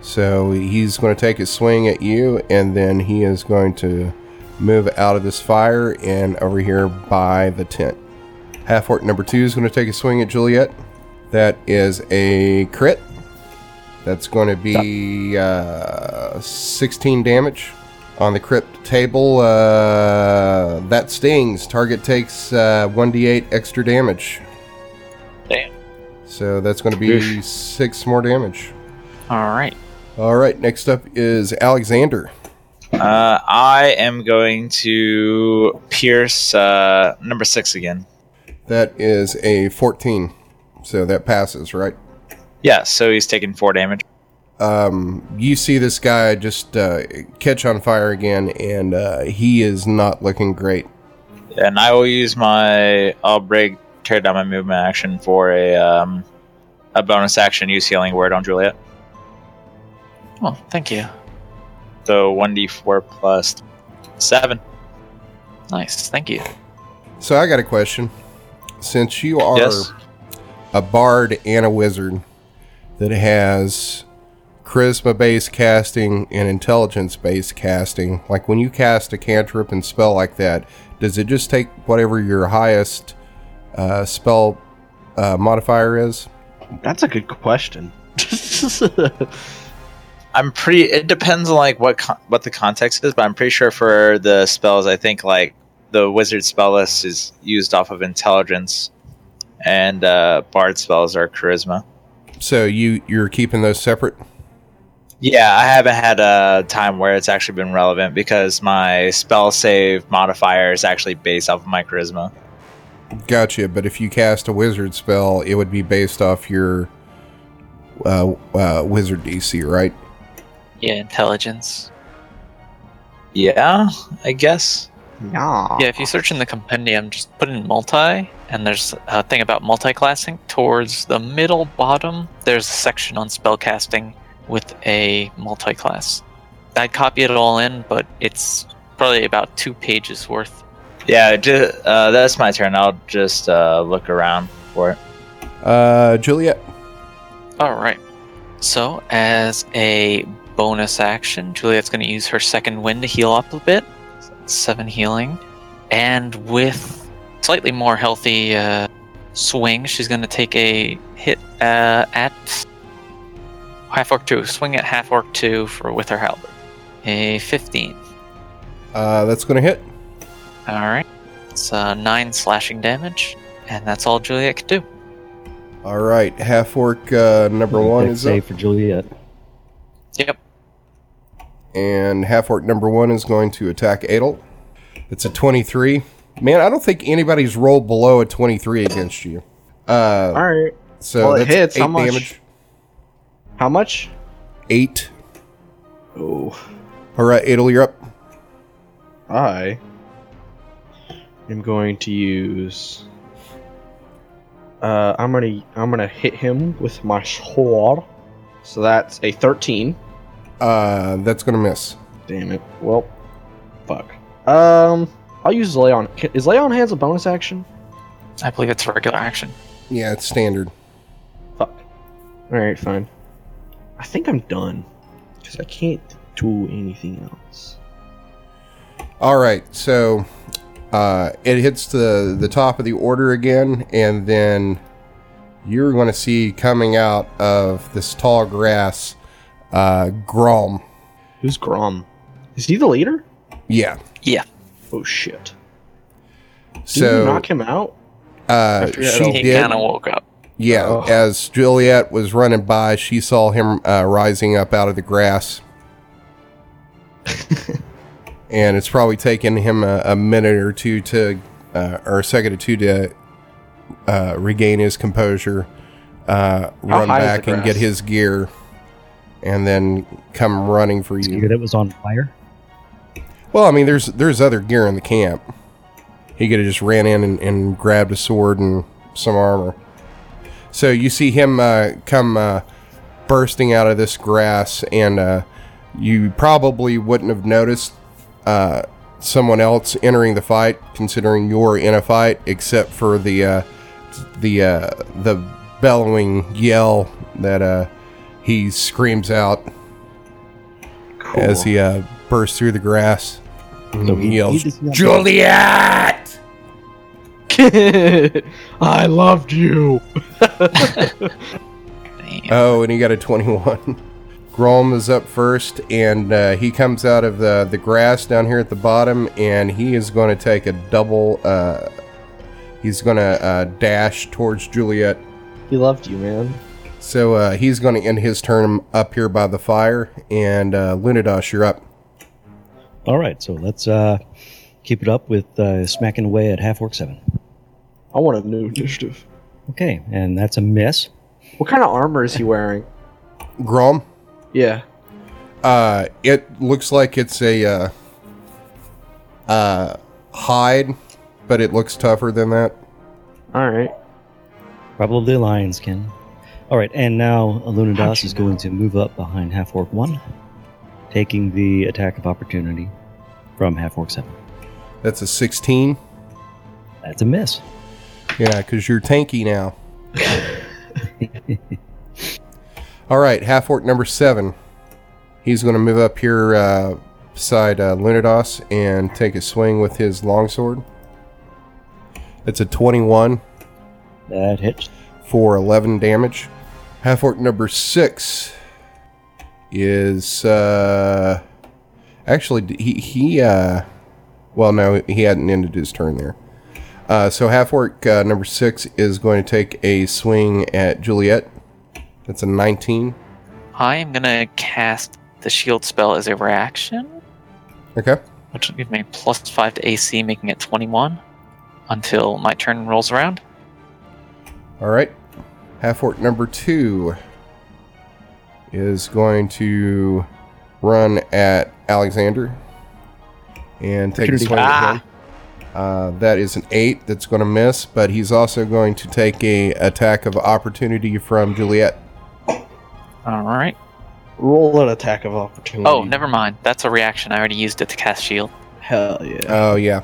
B: So he's going to take a swing at you, and then he is going to move out of this fire and over here by the tent. Half Orc number 2 is going to take a swing at Juliet. That is a crit. That's going to be uh, 16 damage on the crypt table. Uh, that stings. Target takes uh, 1d8 extra damage.
F: Damn.
B: So that's going to be six more damage.
F: All right.
B: All right, next up is Alexander.
D: Uh, I am going to pierce uh, number six again.
B: That is a 14. So that passes, right?
D: Yeah, so he's taking four damage.
B: um, you see this guy just uh, catch on fire again, and uh, he is not looking great.
D: And I will use my I'll break tear down my movement action for a um, a bonus action use healing word on Juliet.
F: Oh, thank you.
D: So one D four plus seven.
F: Nice. Thank you.
B: So I got a question. Since you are
D: Yes.
B: a bard and a wizard that has charisma based casting and intelligence based casting, like when you cast a cantrip and spell like that, does it just take whatever your highest uh, spell uh, modifier is?
C: That's a good question. <laughs>
D: I'm pretty. It depends on like what con- what the context is, but I'm pretty sure for the spells, I think like the wizard spell list is used off of intelligence, and uh, bard spells are charisma.
B: So you you're keeping those separate.
D: Yeah, I haven't had a time where it's actually been relevant because my spell save modifier is actually based off of my charisma.
B: Gotcha. But if you cast a wizard spell, it would be based off your uh, uh, wizard DC, right?
F: Yeah, intelligence.
D: Yeah, I guess.
C: Nah.
F: Yeah, if you search in the compendium, just put in multi, and there's a thing about multiclassing. Towards the middle bottom, there's a section on spellcasting with a multiclass. I'd copy it all in, but it's probably about two pages worth.
D: Yeah, ju- uh, that's my turn. I'll just uh, look around for it.
B: Uh, Juliet.
F: All right. So, as a bonus action, Juliet's going to use her second wind to heal up a bit. Seven healing. And with slightly more healthy uh, swing, she's going to take a hit uh, at half orc 2. Swing at half orc 2 for with her halberd. A 15.
B: Uh, that's gonna hit.
F: All right. It's uh, 9 slashing damage. And that's all Juliet can do.
B: All right, half orc uh, number one
E: Dex
B: is up,
E: save for Juliet.
F: Yep.
B: and half orc number one is going to attack Adel. It's a twenty-three. Man, I don't think anybody's rolled below a twenty-three against you. Uh,
C: All right.
B: So
C: Well, it
B: that's
C: hits.
B: eight
C: How much?
B: damage.
C: How much?
B: Eight.
C: Oh,
B: All right, Adel, you're up.
C: I am going to use. Uh, I'm gonna I'm gonna hit him with my sword. So that's a 13.
B: Uh, that's gonna miss.
C: Damn it. Well, fuck. Um, I'll use lay on. can- Is lay on hands a bonus action?
F: I believe it's a regular action.
B: Yeah, it's standard.
C: Fuck. All right, fine. I think I'm done because I can't do anything else.
B: All right, so uh, it hits the the top of the order again, and then you're going to see coming out of this tall grass, uh, Grom.
C: Who's Grom? Is he the leader?
B: Yeah.
C: Oh shit! Did you
B: So
C: knock him out?
B: uh,
C: after you had
B: she
C: all-
F: He
B: did.
F: kind of woke up.
B: Yeah.
C: Oh.
B: As Juliet was running by, she saw him uh, rising up out of the
C: <laughs>
B: grass. and it's probably taken him a, a minute or two to, uh, or a second or two to uh, regain his composure, uh,
C: How
B: run
C: high is
B: back
C: the
B: and get
C: grass?
B: his gear, and then come running for
E: His
B: you.
E: gear that was on fire.
B: Well, I mean, there's there's other gear in the camp. He could have just ran in and, and grabbed a sword and some armor. So you see him uh, come uh, bursting out of this grass, and uh, you probably wouldn't have noticed uh, someone else entering the fight, considering you're in a fight, except for the uh, the uh, the bellowing yell that uh, he screams out
C: Cool.
B: as he uh, bursts through the grass.
E: So
B: and
E: he- he
B: yells,
E: does not-
B: Juliet!
C: <laughs> I loved you.
F: Damn.
B: Oh, and he got a 21. Grom is up first, and uh, he comes out of the, the grass down here at the bottom, and he is going to take a double. Uh, he's going to uh, dash towards Juliet.
C: He loved you, man.
B: So uh, he's going to end his turn up here by the fire, and uh, Lunados, you're up.
E: All right, so let's uh, keep it up with uh, smacking away at half orc seven.
C: I want a new initiative.
E: Okay, and that's a miss.
C: What kind of armor is he wearing?
B: Grom,
C: Yeah.
B: uh, it looks like it's a uh, uh, hide, but it looks tougher than that.
C: All right.
E: Probably a lion skin. All right, and now Lunadas is going to move up behind half orc one, taking the attack of opportunity from half orc seven.
B: That's a 16.
E: That's a miss.
B: Yeah, because you're tanky now. All right, half orc number seven. He's going to move up here uh, beside uh, Lunados and take a swing with his longsword. That's a 21.
E: That hits.
B: for 11 damage. Half orc number six is uh, actually d- he he uh, well no he hadn't ended his turn there. Uh, so half orc uh, number six is going to take a swing at Juliet. That's a 19.
F: I am gonna cast the shield spell as a reaction,
B: Okay.
F: which will give me plus five to AC, making it twenty-one until my turn rolls around.
B: All right. Half orc number two is going to run at Alexander and take a
E: Opportunity.
B: swing at him. Uh, that is an eight that's going to miss, but he's also going to take a attack of opportunity from Juliet.
F: All right.
C: Roll an attack of opportunity.
F: Oh, never mind. That's a reaction. I already used it to cast shield.
C: Hell yeah.
B: Oh yeah.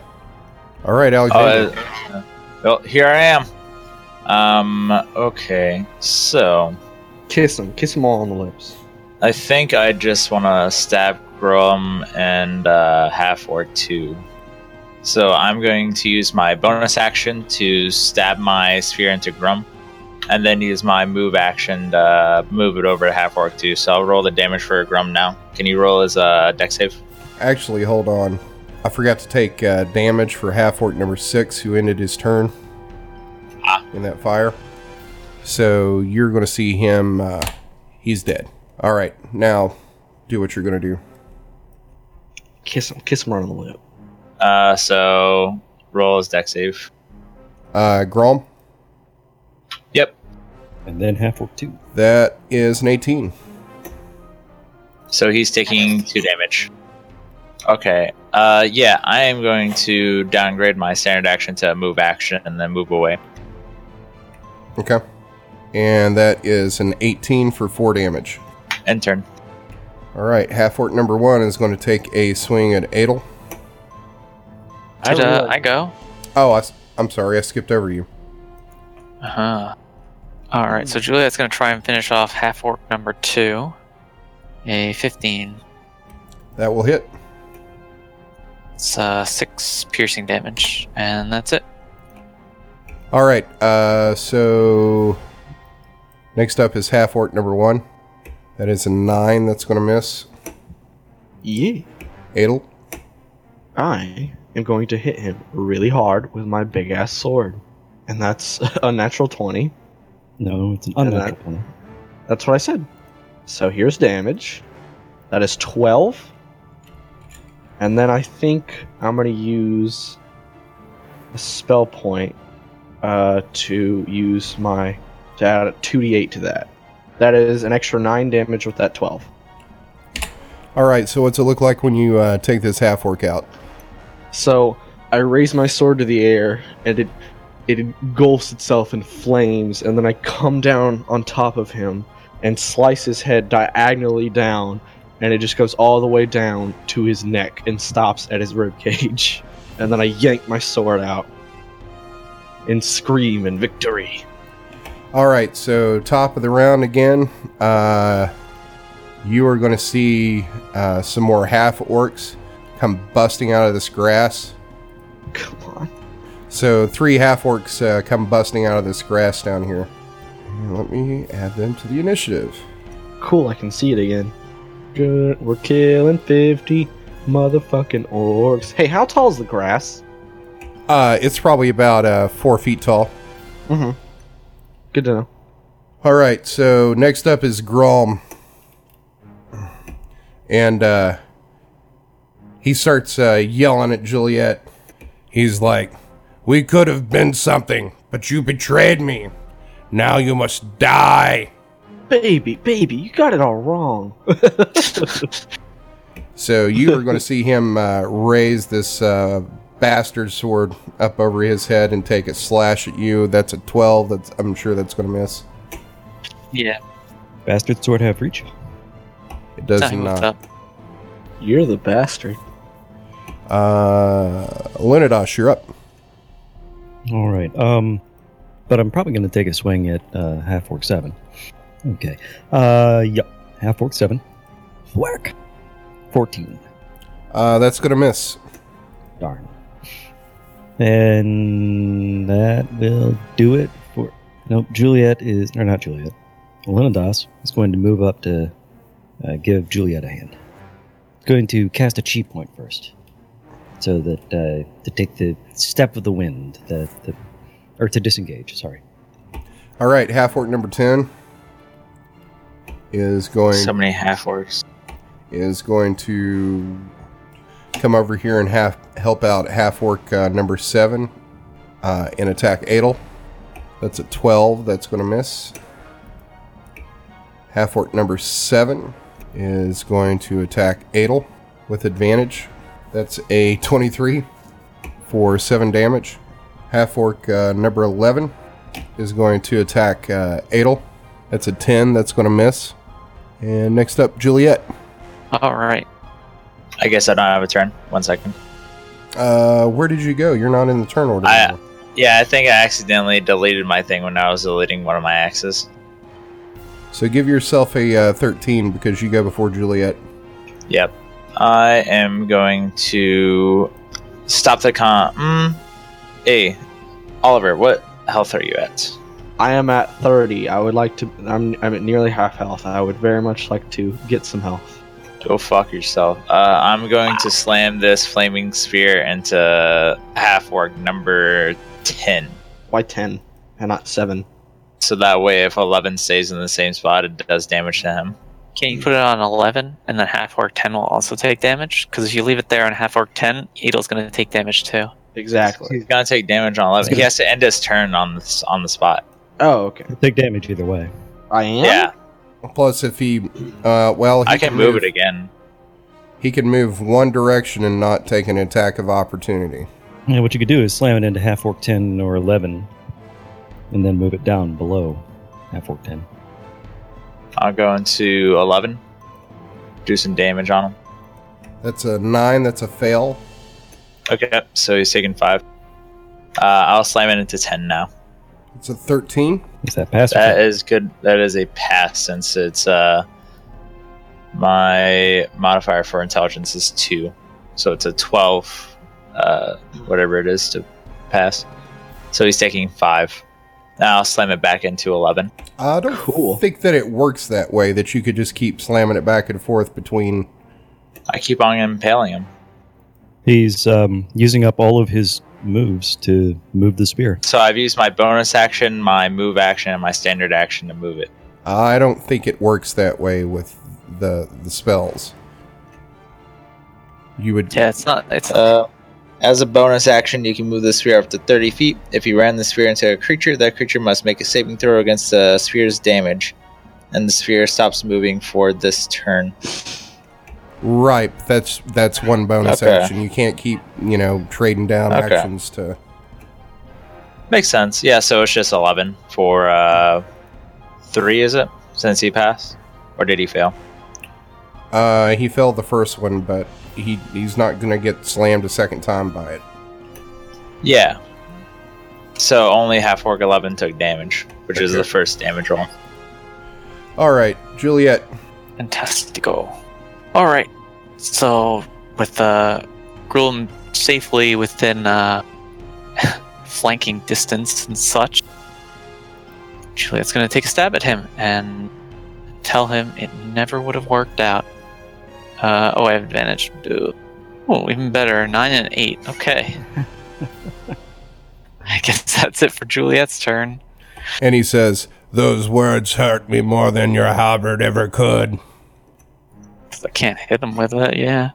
B: All right, Alexander.
D: Uh, well, here I am. Um. Okay. So
C: Kiss him. Kiss him all on the lips.
D: I think I just want to stab Grum and uh, half or two. So I'm going to use my bonus action to stab my sphere into Grum, and then use my move action to uh, move it over to half orc two. So I'll roll the damage for Grum now. Can you roll his uh, deck save?
B: Actually, hold on. I forgot to take uh, damage for half orc number six, who ended his turn
D: Ah.
B: in that fire. So you're going to see him. Uh, he's dead. All right, now do what you're going to do.
C: Kiss him. Kiss him right on the lip.
D: Uh, so roll his deck save.
B: Uh, Grom,
D: Yep.
E: And then half orc two.
B: that is an 18.
D: So he's taking two damage. Okay. Uh, yeah, I am going to downgrade my standard action to move action and then move away.
B: Okay. And that is an 18 for four damage.
D: End turn.
B: All right, half orc number one is going to take a swing at Adel.
F: Did, uh, I go?
B: Oh, I, am sorry, I skipped over you.
F: Uh huh. All right. So Juliet's gonna try and finish off half orc number two. A fifteen.
B: That will hit.
F: It's uh, six piercing damage, and that's it.
B: All right. Uh, so next up is half orc number one. That is a nine. That's going to miss.
C: Yeah.
B: Adel.
C: I am going to hit him really hard with my big ass sword. And that's <laughs> a natural 20.
E: No, it's an
C: And
E: unnatural twenty.
C: That's what I said. So here's damage. That is 12. And then I think I'm going to use a spell point uh, to use my. to add a 2d8 to that. That is an extra 9 damage with that 12.
B: All right. So what's it look like when you uh, take this half orc out?
C: So I raise my sword to the air, and it it engulfs itself in flames, and then I come down on top of him and slice his head diagonally down, and it just goes all the way down to his neck and stops at his rib cage. <laughs> And then I yank my sword out and scream in victory.
B: All right. So top of the round again. Uh, you are going to see uh, some more half orcs come busting out of this grass.
C: Come on.
B: So three half orcs uh, come busting out of this grass down here. And let me add them to the initiative.
C: Cool, I can see it again. Good, we're killing 50 motherfucking orcs. Hey, how tall is the grass?
B: Uh, it's probably about uh, four feet tall.
C: Good to know.
B: All right, so next up is Grom. And uh, he starts uh, yelling at Juliet. He's like, We could have been something, but you betrayed me. Now you must die.
C: baby, baby, you got it all wrong.
B: So you are going to see him uh, raise this uh, bastard sword up over his head and take a slash at you. That's a 12. That's, I'm sure that's going to miss.
F: Yeah.
E: Bastard sword half reach.
B: It does
F: That's how he moved
B: not.
F: up.
C: <laughs> You're the bastard.
B: Uh, Leonidas, you're up.
E: All right. Um, but I'm probably going to take a swing at uh, half orc seven. Okay. Uh, yep. Half orc seven. Whack. Fourteen.
B: Uh, that's gonna miss.
E: Darn. And that will do it for Nope. Juliet is, or not Juliet. Leonidas is going to move up to uh, give Juliet a hand. Going to cast a chi point first, so that uh, to take the step of the wind, the, the or to disengage. Sorry.
B: All right, half orc number ten is going
D: So many half orcs.
B: is going to come over here and half help out half orc uh, number seven uh, and attack Adel. That's a twelve. That's going to miss. Half orc number seven is going to attack Adel with advantage. That's a twenty-three for seven damage. Half orc uh, number eleven is going to attack uh, Adel. That's a ten. That's going to miss. And next up, Juliet.
F: All right.
D: I guess I don't have a turn. One second.
B: Uh, where did you go? You're not in the turn order.
D: I-
B: anymore.
D: Yeah, I think I accidentally deleted my thing when I was deleting one of my axes.
B: So give yourself a uh, 13 because you go before Juliet.
D: Yep. I am going to stop the con. Mm. Hey, Oliver, what health are you at?
C: I am at 30. I would like to. I'm, I'm at nearly half health. I would very much like to get some health.
D: Go fuck yourself. Uh, I'm going to slam this flaming spear into half orc number 10.
C: Why 10 and not 7?
D: So that way, if 11 stays in the same spot, it does damage to him.
F: Can you put it on 11 and then half orc 10 will also take damage? Because if you leave it there on half orc 10, Edel's going to take damage too.
C: Exactly.
D: He's going to take damage on 11.
E: He's
D: He
E: gonna-
D: has to end his turn on the, on the spot.
C: Oh, okay.
E: Take damage either way.
C: I am?
D: Yeah,
B: Plus, if he, uh, well, he
D: I can move
B: move
D: it again.
B: He can move one direction and not take an attack of opportunity.
E: Yeah, what you could do is slam it into half orc 10 or 11 and then move it down below half orc 10.
D: I'm going to 11. Do some damage on him.
B: That's a nine. That's a fail.
D: Okay, so he's taking 5. Uh, I'll slam it into 10 now.
B: It's a 13.
E: Is that passive?
D: That is good. That is a pass since it's uh my modifier for intelligence is two, so it's a twelve, uh, whatever it is to pass. So he's taking five. Now I'll slam it back into eleven.
B: I don't
C: Cool.
B: think that it works that way. That you could just keep slamming it back and forth between.
D: I keep on impaling him,
E: He's um, using up all of his moves to move the spear.
D: so I've used my bonus action, my move action, and my standard action to move it.
B: I don't think it works that way with the the spells. You would
F: Yeah, it's not. It's
D: Uh, as a bonus action, you can move the sphere up to 30 feet. If you ram the sphere into a creature, that creature must make a saving throw against the sphere's damage, and the sphere stops moving for this turn.
B: Right, but that's that's one bonus
D: Okay.
B: action. You can't keep you know trading down
D: Okay.
B: actions to.
D: Makes sense. Yeah, so it's just 11 for uh, 3, is it? Since he passed? Or did he fail?
B: Uh, he failed the first one, but he he's not gonna get slammed a second time by it.
D: Yeah. So only half orc 11 took damage, which is
B: Okay.
D: the first damage roll.
B: All right, Juliet.
F: Fantastico. All right. So with uh, Gruel safely within uh, <laughs> flanking distance and such, Juliet's going to take a stab at him and tell him it never would have worked out. Uh, oh, I have advantage. Ooh. Oh, even better. Nine and eight. Okay. I guess that's it for Juliet's turn.
B: And he says, "Those words hurt me more than your halberd ever could."
F: 'Cause I can't hit him with it. Yeah.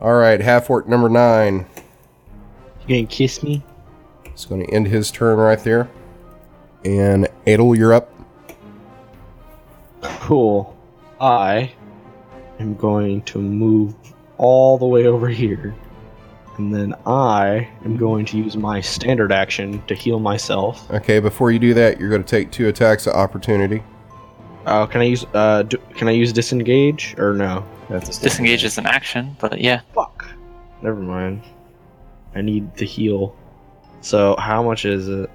B: All right, half orc number nine
C: You gonna kiss me?
B: is going to end his turn right there. And Adel, you're up.
C: Cool. I am going to move all the way over here. And then I am going to use my standard action to heal myself.
B: Okay, before you do that, you're going to take two attacks of opportunity.
C: Uh, can I use uh, do, can I use disengage or no?
G: That's a
F: Disengage is an action, but yeah.
C: Fuck. Never mind. I need to heal. So how much is it?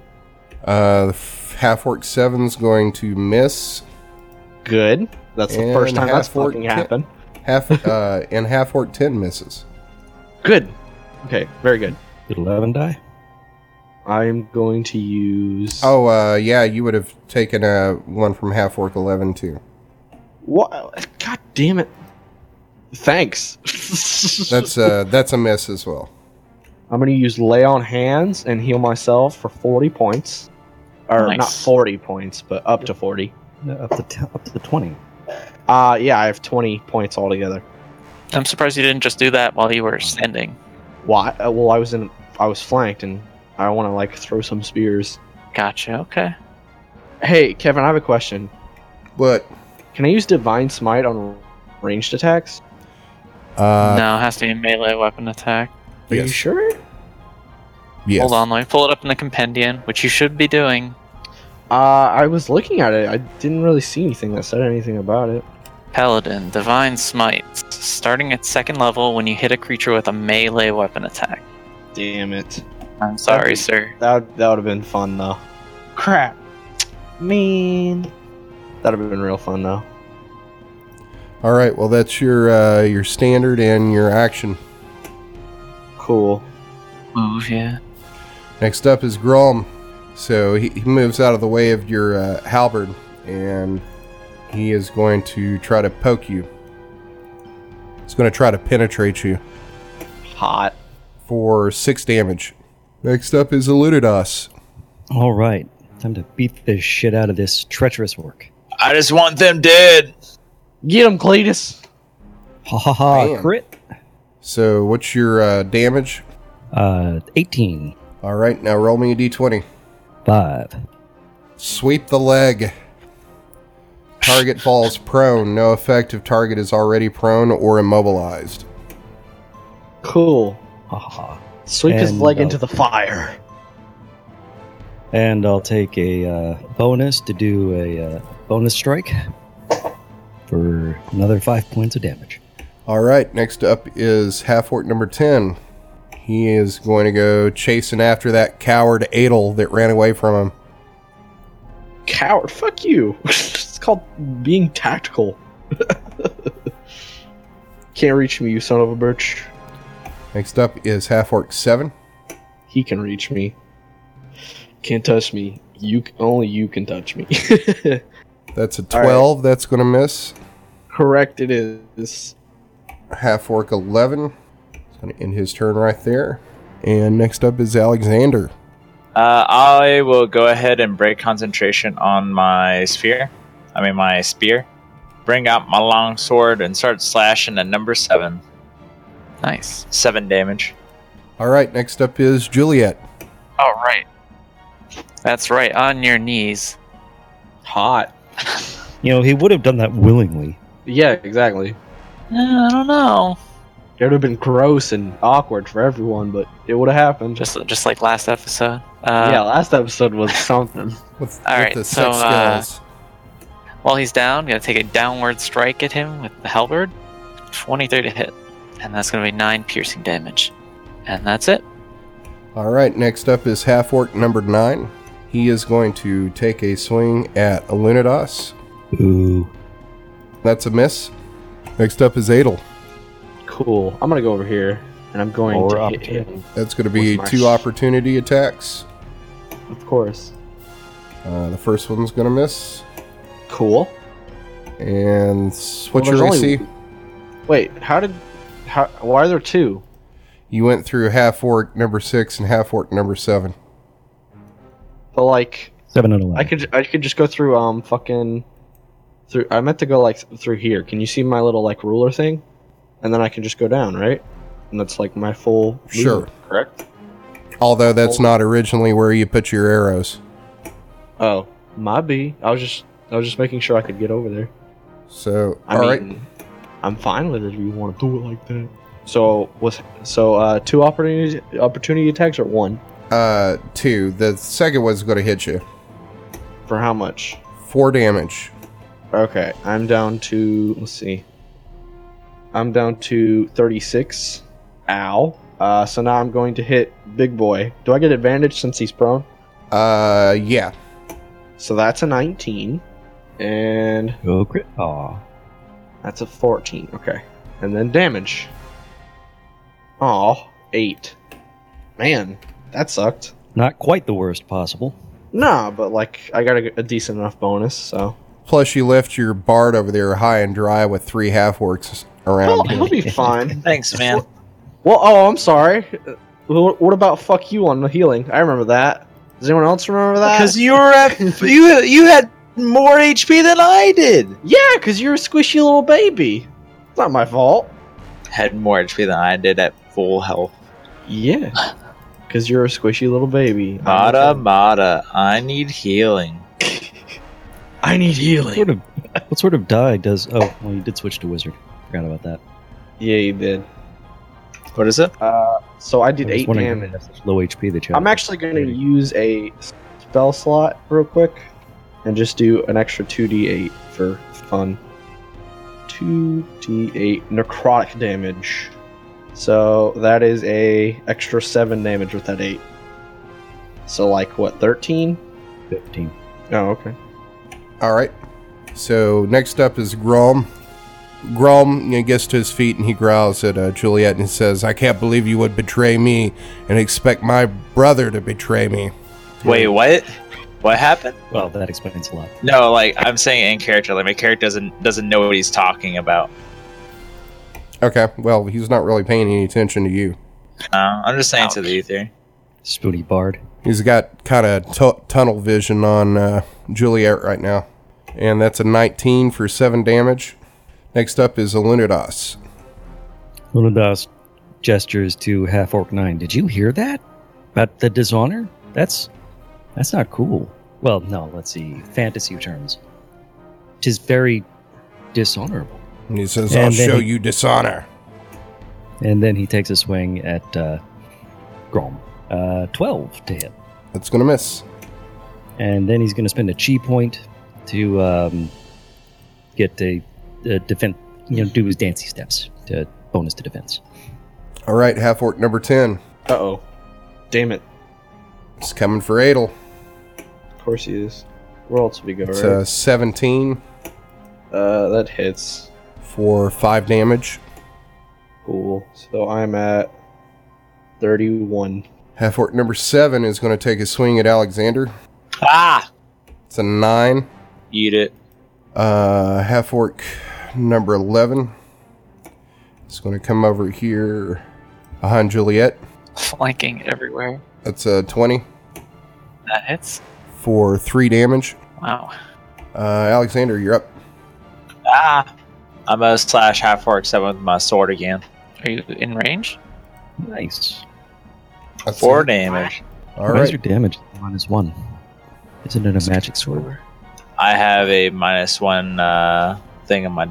B: Uh, half orc seven's going to miss.
C: Good. That's the
B: And
C: first time that's
B: half-orc
C: fucking
B: tip.
C: happened.
B: Half uh, and half orc ten misses.
C: Good. Okay. Very good.
E: Did 11 die?
C: I'm going to use.
B: Oh, uh, yeah, you would have taken uh, one from Half Orc 11 too.
C: What? God damn it! Thanks. <laughs>
B: That's uh, that's a miss as well.
C: I'm going to use lay on hands and heal myself for 40 points, or not
F: Nice.
C: 40 points, but up to 40.
E: No, up to t- up to the twenty.
C: Uh yeah, I have 20 points altogether.
F: I'm surprised you didn't just do that while you were standing.
C: Why? Uh, well, I was in, I was flanked, and I want to like throw some spears.
F: Gotcha. Okay.
C: Hey, Kevin, I have a question.
B: But
C: Can I use divine smite on ranged attacks?
B: uh,
F: no, it has to be a melee weapon attack.
C: Are you
B: Yes.
C: sure?
B: yes.
F: Hold on, let me pull it up in the compendium, which you should be doing.
C: Uh, I was looking at it. I didn't really see anything that said anything about it.
F: Paladin, Divine Smite. Starting at second level when you hit a creature with a melee weapon attack.
C: Damn it.
F: I'm sorry, sir.
C: That that would have been fun though. Crap. Mean. That would have been real fun though.
B: All right, well that's your uh, your standard and your action.
C: Cool.
F: Move, yeah.
B: Next up is Grom. So he, he moves out of the way of your uh, halberd, and he is going to try to poke you. He's going to try to penetrate you
C: Hot.
B: for six damage. Next up is Eludidas.
E: All right, time to beat the shit out of this treacherous orc.
D: I just want them dead.
C: Get him, Cletus.
E: Ha ha ha!
B: Damn.
E: Crit.
B: So what's your uh, damage?
E: Uh, 18.
B: All right, now roll me a d20.
E: Five.
B: Sweep the leg. Target falls prone. No effect if target is already prone or immobilized.
C: Cool.
E: Ha ha ha.
C: Sweep his
E: And,
C: leg
E: uh,
C: into the fire.
E: And I'll take a uh, bonus to do a uh, bonus strike for another five points of damage.
B: All right, next up is half orc number 10. He is going to go chasing after that coward Adel that ran away from him.
C: Coward. Fuck you. <laughs> it's called being tactical. <laughs> Can't reach me, you son of a bitch.
B: Next up is half orc 7.
C: He can reach me. Can't touch me. You c- only you can touch me. <laughs>
B: That's a
C: All right.
B: 12. That's going to miss.
C: Correct. It is.
B: Half orc 11. He's going to end his turn right there. And next up is Alexander.
D: Uh, I will go ahead and break concentration on my sphere. I mean, my spear. Bring out my long sword and start slashing at number seven.
F: Nice.
D: Seven damage.
B: All right, next up is Juliet.
F: All right. That's right, on your knees.
C: Hot.
E: You know, he would have done that willingly.
C: Yeah, exactly.
F: Uh, I don't know.
C: It would have been gross and awkward for everyone, but it would have happened.
F: Just just like last episode.
C: yeah,
F: Uh,
C: last episode was something.
B: With,
F: All
B: with
F: right,
B: the
F: so,
B: six
F: uh,
B: skills.
F: While he's down, gonna take a downward strike at him with the halberd. 23 to hit. And that's gonna be 9 piercing damage. And that's it.
B: All right, next up is half orc number 9. He is going to take a swing at Alunados.
E: Ooh.
B: That's a miss. Next up is Adel.
C: Cool. I'm gonna go over here, and I'm going
E: Or
C: to hit
E: opportunity.
C: him.
B: That's going to be
C: With my-
B: two opportunity attacks.
C: Of course.
B: Uh, the first one's going to miss.
C: Cool.
B: And s- what's
C: Well,
B: your
C: there's only-
B: AC?
C: Wait, how did? How? Why are there two?
B: You went through half orc number 6 and half orc number 7.
C: But like,
E: Seven and 11.
C: I could I could just go through um fucking through. I meant to go like through here. Can you see my little like ruler thing? And then I can just go down, right? And that's like my full. movement,
B: Sure.
C: Correct.
B: Although that's
C: Oh.
B: not originally where you put your arrows.
C: Oh, my B. I was just I was just making sure I could get over there.
B: So,
C: I
B: all right.
C: mean, I'm fine with it if you want to do it like that. So was so uh two opportunity opportunity attacks or one
B: Uh, 2. The second one's going to hit you.
C: for how much?
B: 4 damage.
C: Okay, I'm down to let's see. I'm down to 36. Ow. Uh, so now I'm going to hit big boy. Do I get advantage since he's prone?
B: Uh, yeah.
C: So that's a 19, and
E: Go crit. Aw.
C: that's a 14. Okay, and then damage. Aw, eight. Man, that sucked.
E: Not quite the worst possible.
C: Nah, but like I got a, a decent enough bonus, so
B: Plus, you left your bard over there high and dry with three half works
C: he'll,
B: around.
C: he'll be fine.
F: Thanks, man.
D: <laughs>
C: Well, oh, I'm sorry. Uh, wh- What about fuck you on the healing? I remember that. Does anyone else remember that?
D: Because you were <laughs> at you you had more HP than I did.
C: yeah, because you're a squishy little baby. It's not my fault.
D: Had more HP than I did at full health.
C: <laughs> Yeah, because you're a squishy little baby.
D: Mata Mata, I need healing.
C: I need
E: What
C: healing.
E: sort of, what sort of die does? Oh, well, you did switch to wizard. Forgot about that.
C: Yeah, you did.
D: What is it?
C: Uh, so I did
E: I was
C: eight
E: wondering
C: damage.
E: if that's Low HP that you.
C: I'm actually going to use a spell slot real quick and just do an extra 2d8 for fun. 2d8 necrotic damage. So that is a extra 7 damage with that 8. So like what 13?
E: fifteen.
C: Oh, okay.
B: All right. So next up is Grom. Grom you know, gets to his feet and he growls at uh, Juliet and says, "I can't believe you would betray me and expect my brother to betray me."
D: Wait, what? What happened?
E: Well, that explains a lot.
D: Hmm. No, like I'm saying in character, like my character doesn't doesn't know what he's talking about.
B: Okay. Well, he's not really paying any attention to you.
D: Uh, I'm just saying to the
F: Ouch.
D: ether.
E: Spoony Bard.
B: He's got kind of t- tunnel vision on uh, Juliet right now. And that's a 19 for 7 damage. Next up is Alunidas.
E: Lunadas gestures to Half Orc Nine. Did you hear that? About the dishonor? That's that's not cool. Well, no. Let's see. Fantasy terms. Tis very dishonorable.
B: And he says,
E: And
B: I'll
E: then
B: show
E: he-
B: you dishonor.
E: And then he takes a swing at uh, Grom. Uh, Twelve to hit.
B: That's going to miss.
E: and then he's going to spend a chi point to um, get a, a defend, you know, do his dancey steps to bonus to defense.
B: All right, half orc number 10.
C: Uh-oh. Damn it.
B: It's coming for Adel.
C: Of course he is. Where else would he go?
B: It's uh,
C: right?
B: a 17
C: Uh that hits.
B: for 5 damage.
C: Cool. So I'm at 31.
B: Half orc number 7 is going to take a swing at Alexander.
D: Ah,
B: It's a 9.
D: eat it.
B: Uh, half orc number 11 is going to come over here behind Juliet.
F: <laughs> Flanking everywhere.
B: That's a 20
F: That hits.
B: for 3 damage.
F: Wow.
B: Uh, Alexander, you're up.
D: Ah, I'm gonna slash half orc seven with my sword again.
F: Are you in range?
E: Nice.
B: That's
D: Four
B: it.
D: damage.
B: All
E: Why is your
B: right.
E: damage minus one? Isn't it a magic sword?
D: I have a minus one uh, thing on my.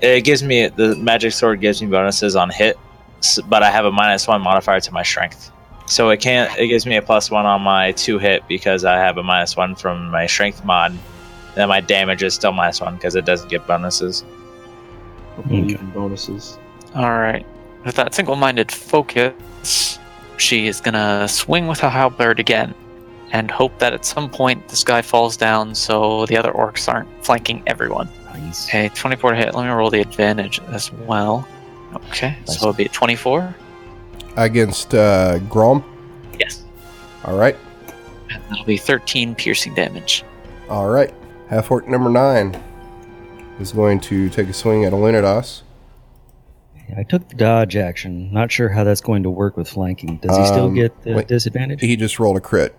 D: It gives me the magic sword gives me bonuses on hit, s- but I have a minus one modifier to my strength. So it can't. It gives me a plus one on my two hit because I have a minus one from my strength mod. Then my damage is still minus one because it doesn't get bonuses.
E: Okay.
C: Even bonuses.
F: All right. With that single-minded focus, she is gonna swing with her halberd again, and hope that at some point this guy falls down so the other orcs aren't flanking everyone.
E: Nice.
F: Okay, 24 to hit. Let me roll the advantage as well. Okay, so it'll be a 24.
B: Against uh, Grom.
F: Yes.
B: All right.
F: And that'll be 13 piercing damage.
B: All right. Half orc number nine is going to take a swing at Alunidas.
E: I took the dodge action. Not sure how that's going to work with flanking. Does he still
B: Um,
E: get the
B: wait.
E: disadvantage?
B: He just rolled a crit.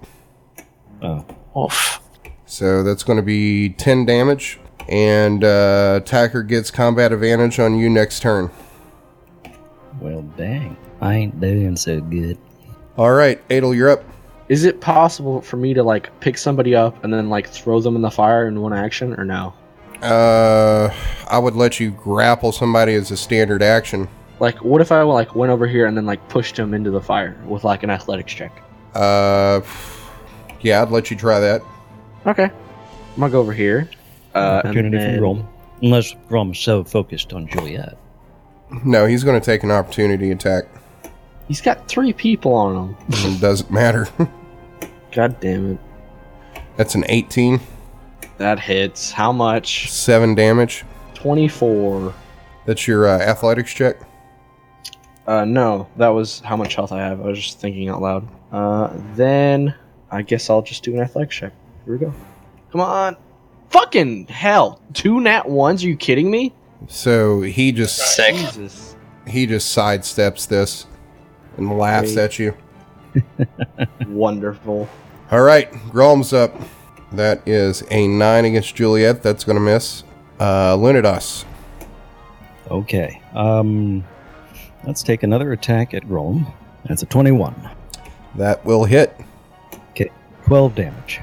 E: Oh,
F: Oof.
B: So that's going to be 10 damage. And uh, attacker gets combat advantage on you next turn.
E: well, dang. I ain't doing so good.
B: All right. Adel, you're up.
C: Is it possible for me to like pick somebody up and then like throw them in the fire in one action or no?
B: Uh, I would let you grapple somebody as a standard action.
C: Like what if I like went over here and then like pushed him into the fire with like an athletics check?
B: Uh, yeah, I'd let you try that.
C: Okay. I'm gonna go over here. Uh and
E: Opportunity
C: then-
E: for Grom. Unless Grom's so focused on Juliet.
B: No, he's going to take an opportunity attack.
C: He's got three people on him.
B: It doesn't matter. <laughs>
C: God damn it.
B: That's an 18,
C: That hits. How much?
B: 7 damage.
C: Twenty-four.
B: That's your uh, athletics check.
C: Uh no, that was how much health I have. I was just thinking out loud. Uh then I guess I'll just do an athletics check. Here we go. Come on. Fucking hell. Two nat ones? Are you kidding me?
B: So he just
D: Sick.
C: Jesus.
B: he just sidesteps this and laughs
C: Great.
B: at you.
C: Wonderful.
B: All right, Grom's up. That is a nine against Juliet. That's going to miss. Uh, Lunados.
E: Okay. Um, let's take another attack at Rome. That's a 21.
B: That will hit.
E: 12 damage.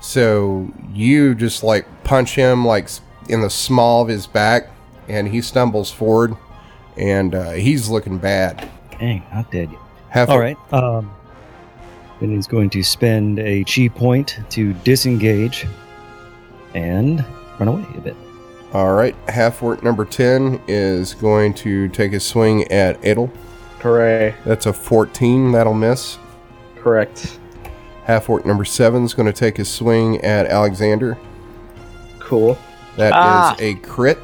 B: So you just like punch him like s- in the small of his back, and he stumbles forward, and uh, he's looking bad.
E: Dang, not dead yet.
B: Have
E: All right. Um, then he's going to spend a chi point to disengage and run away a bit.
B: All right. Half orc number ten is going to take a swing at Edel.
C: Hooray.
B: That's a fourteen. That'll miss.
C: Correct.
B: Half orc number seven is going to take a swing at Alexander.
C: Cool.
B: That is
D: Ah.
B: a crit.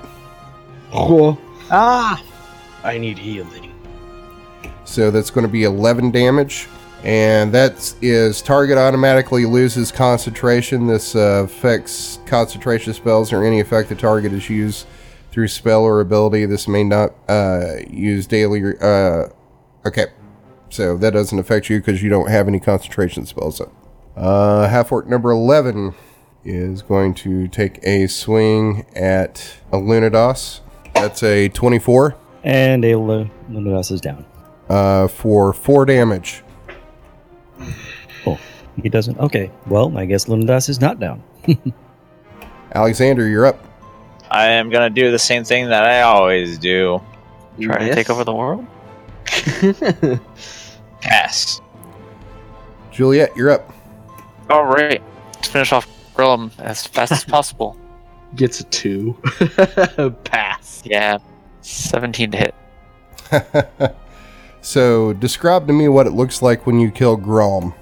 C: Cool.
D: Ah,
C: I need healing.
B: So that's going to be 11 damage. And that is target automatically loses concentration. This uh, affects concentration spells or any effect the target has used through spell or ability. This may not uh, use daily. Uh, okay. So that doesn't affect you because you don't have any concentration spells up. Uh, Half orc number 11 is going to take a swing at a Lunados. That's a 24
E: And Ayla Lunadas is down.
B: uh, for 4 damage.
E: He doesn't. Okay. Well, I guess Lunadas is not down.
B: Alexander, you're up.
D: I am gonna do the same thing that I always do.
F: Trying to take over the world?
C: the.
D: Pass.
B: Juliet, you're up. <laughs>
F: All right. Let's finish off Grillum as fast as possible.
C: <laughs> Gets a two. <laughs> Pass.
F: Yeah. 17 to hit.
B: so, describe to me what it looks like when you kill Grom.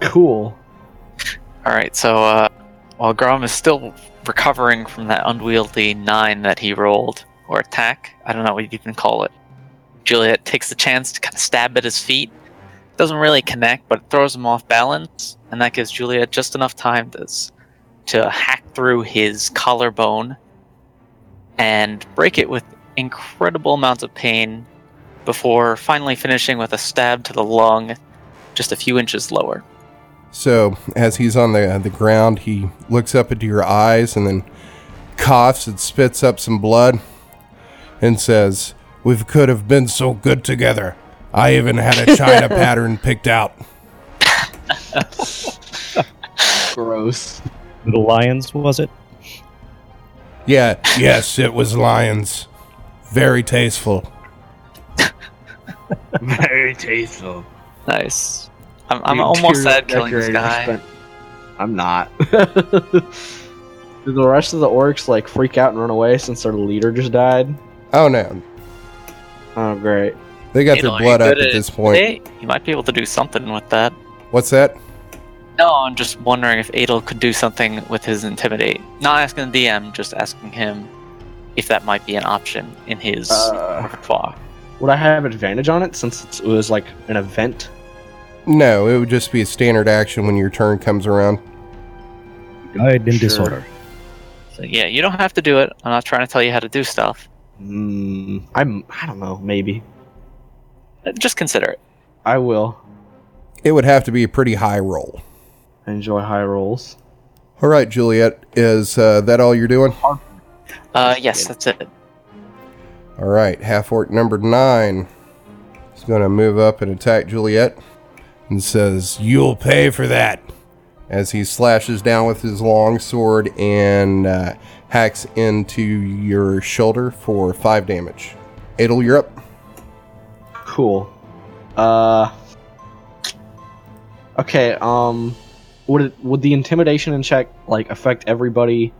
C: Cool.
F: All right. So uh, while Grom is still recovering from that unwieldy nine that he rolled, or attack, I don't know what you can call it, Juliet takes the chance to kind of stab at his feet. Doesn't really connect, but it throws him off balance, and that gives Juliet just enough time to, s- to hack through his collarbone and break it with incredible amounts of pain before finally finishing with a stab to the lung just a few inches lower.
B: So, as he's on the the ground, he looks up into your eyes and then coughs and spits up some blood and says, "We could have been so good together. I even had a China pattern picked out."
C: Gross.
E: The Lions, was it?
B: Yeah, yes, it was lions. Very tasteful.
C: Very tasteful.
F: Nice. I'm, I'm almost sad killing this guy.
C: I'm
F: <laughs>
C: not. Did the rest of the orcs like freak out and run away since their leader just died?
B: Oh no,
C: Oh great.
B: they got
F: You know,
B: their blood
F: you
B: up
F: could,
B: at
F: uh,
B: this point.
F: Hey, you might be able to do something with that.
B: What's that?
F: No, I'm just wondering if Adel could do something with his intimidate. Not asking the DM, just asking him if that might be an option in his
C: Uh,
F: repertoire.
C: would I have advantage on it since it's- it was like an event?
B: No, it would just be a standard action when your turn comes around.
E: Guide in
C: Sure.
E: disorder.
F: So yeah, you don't have to do it. I'm not trying to tell you how to do stuff.
C: Hmm. I'm. I don't know. Maybe
F: Uh, Just consider it.
C: I will
B: It would have to be a pretty high roll.
C: I enjoy high rolls.
B: All right, Juliet, is uh, that all you're doing?
F: Uh, yes, that's it.
B: All right, half orc number nine is going to move up and attack Juliet and says, You'll pay for that. As he slashes down with his long sword and uh, hacks into your shoulder for five damage. Adel, you're up.
C: Cool. Uh. Okay. Um. Would it would the intimidation and check like affect everybody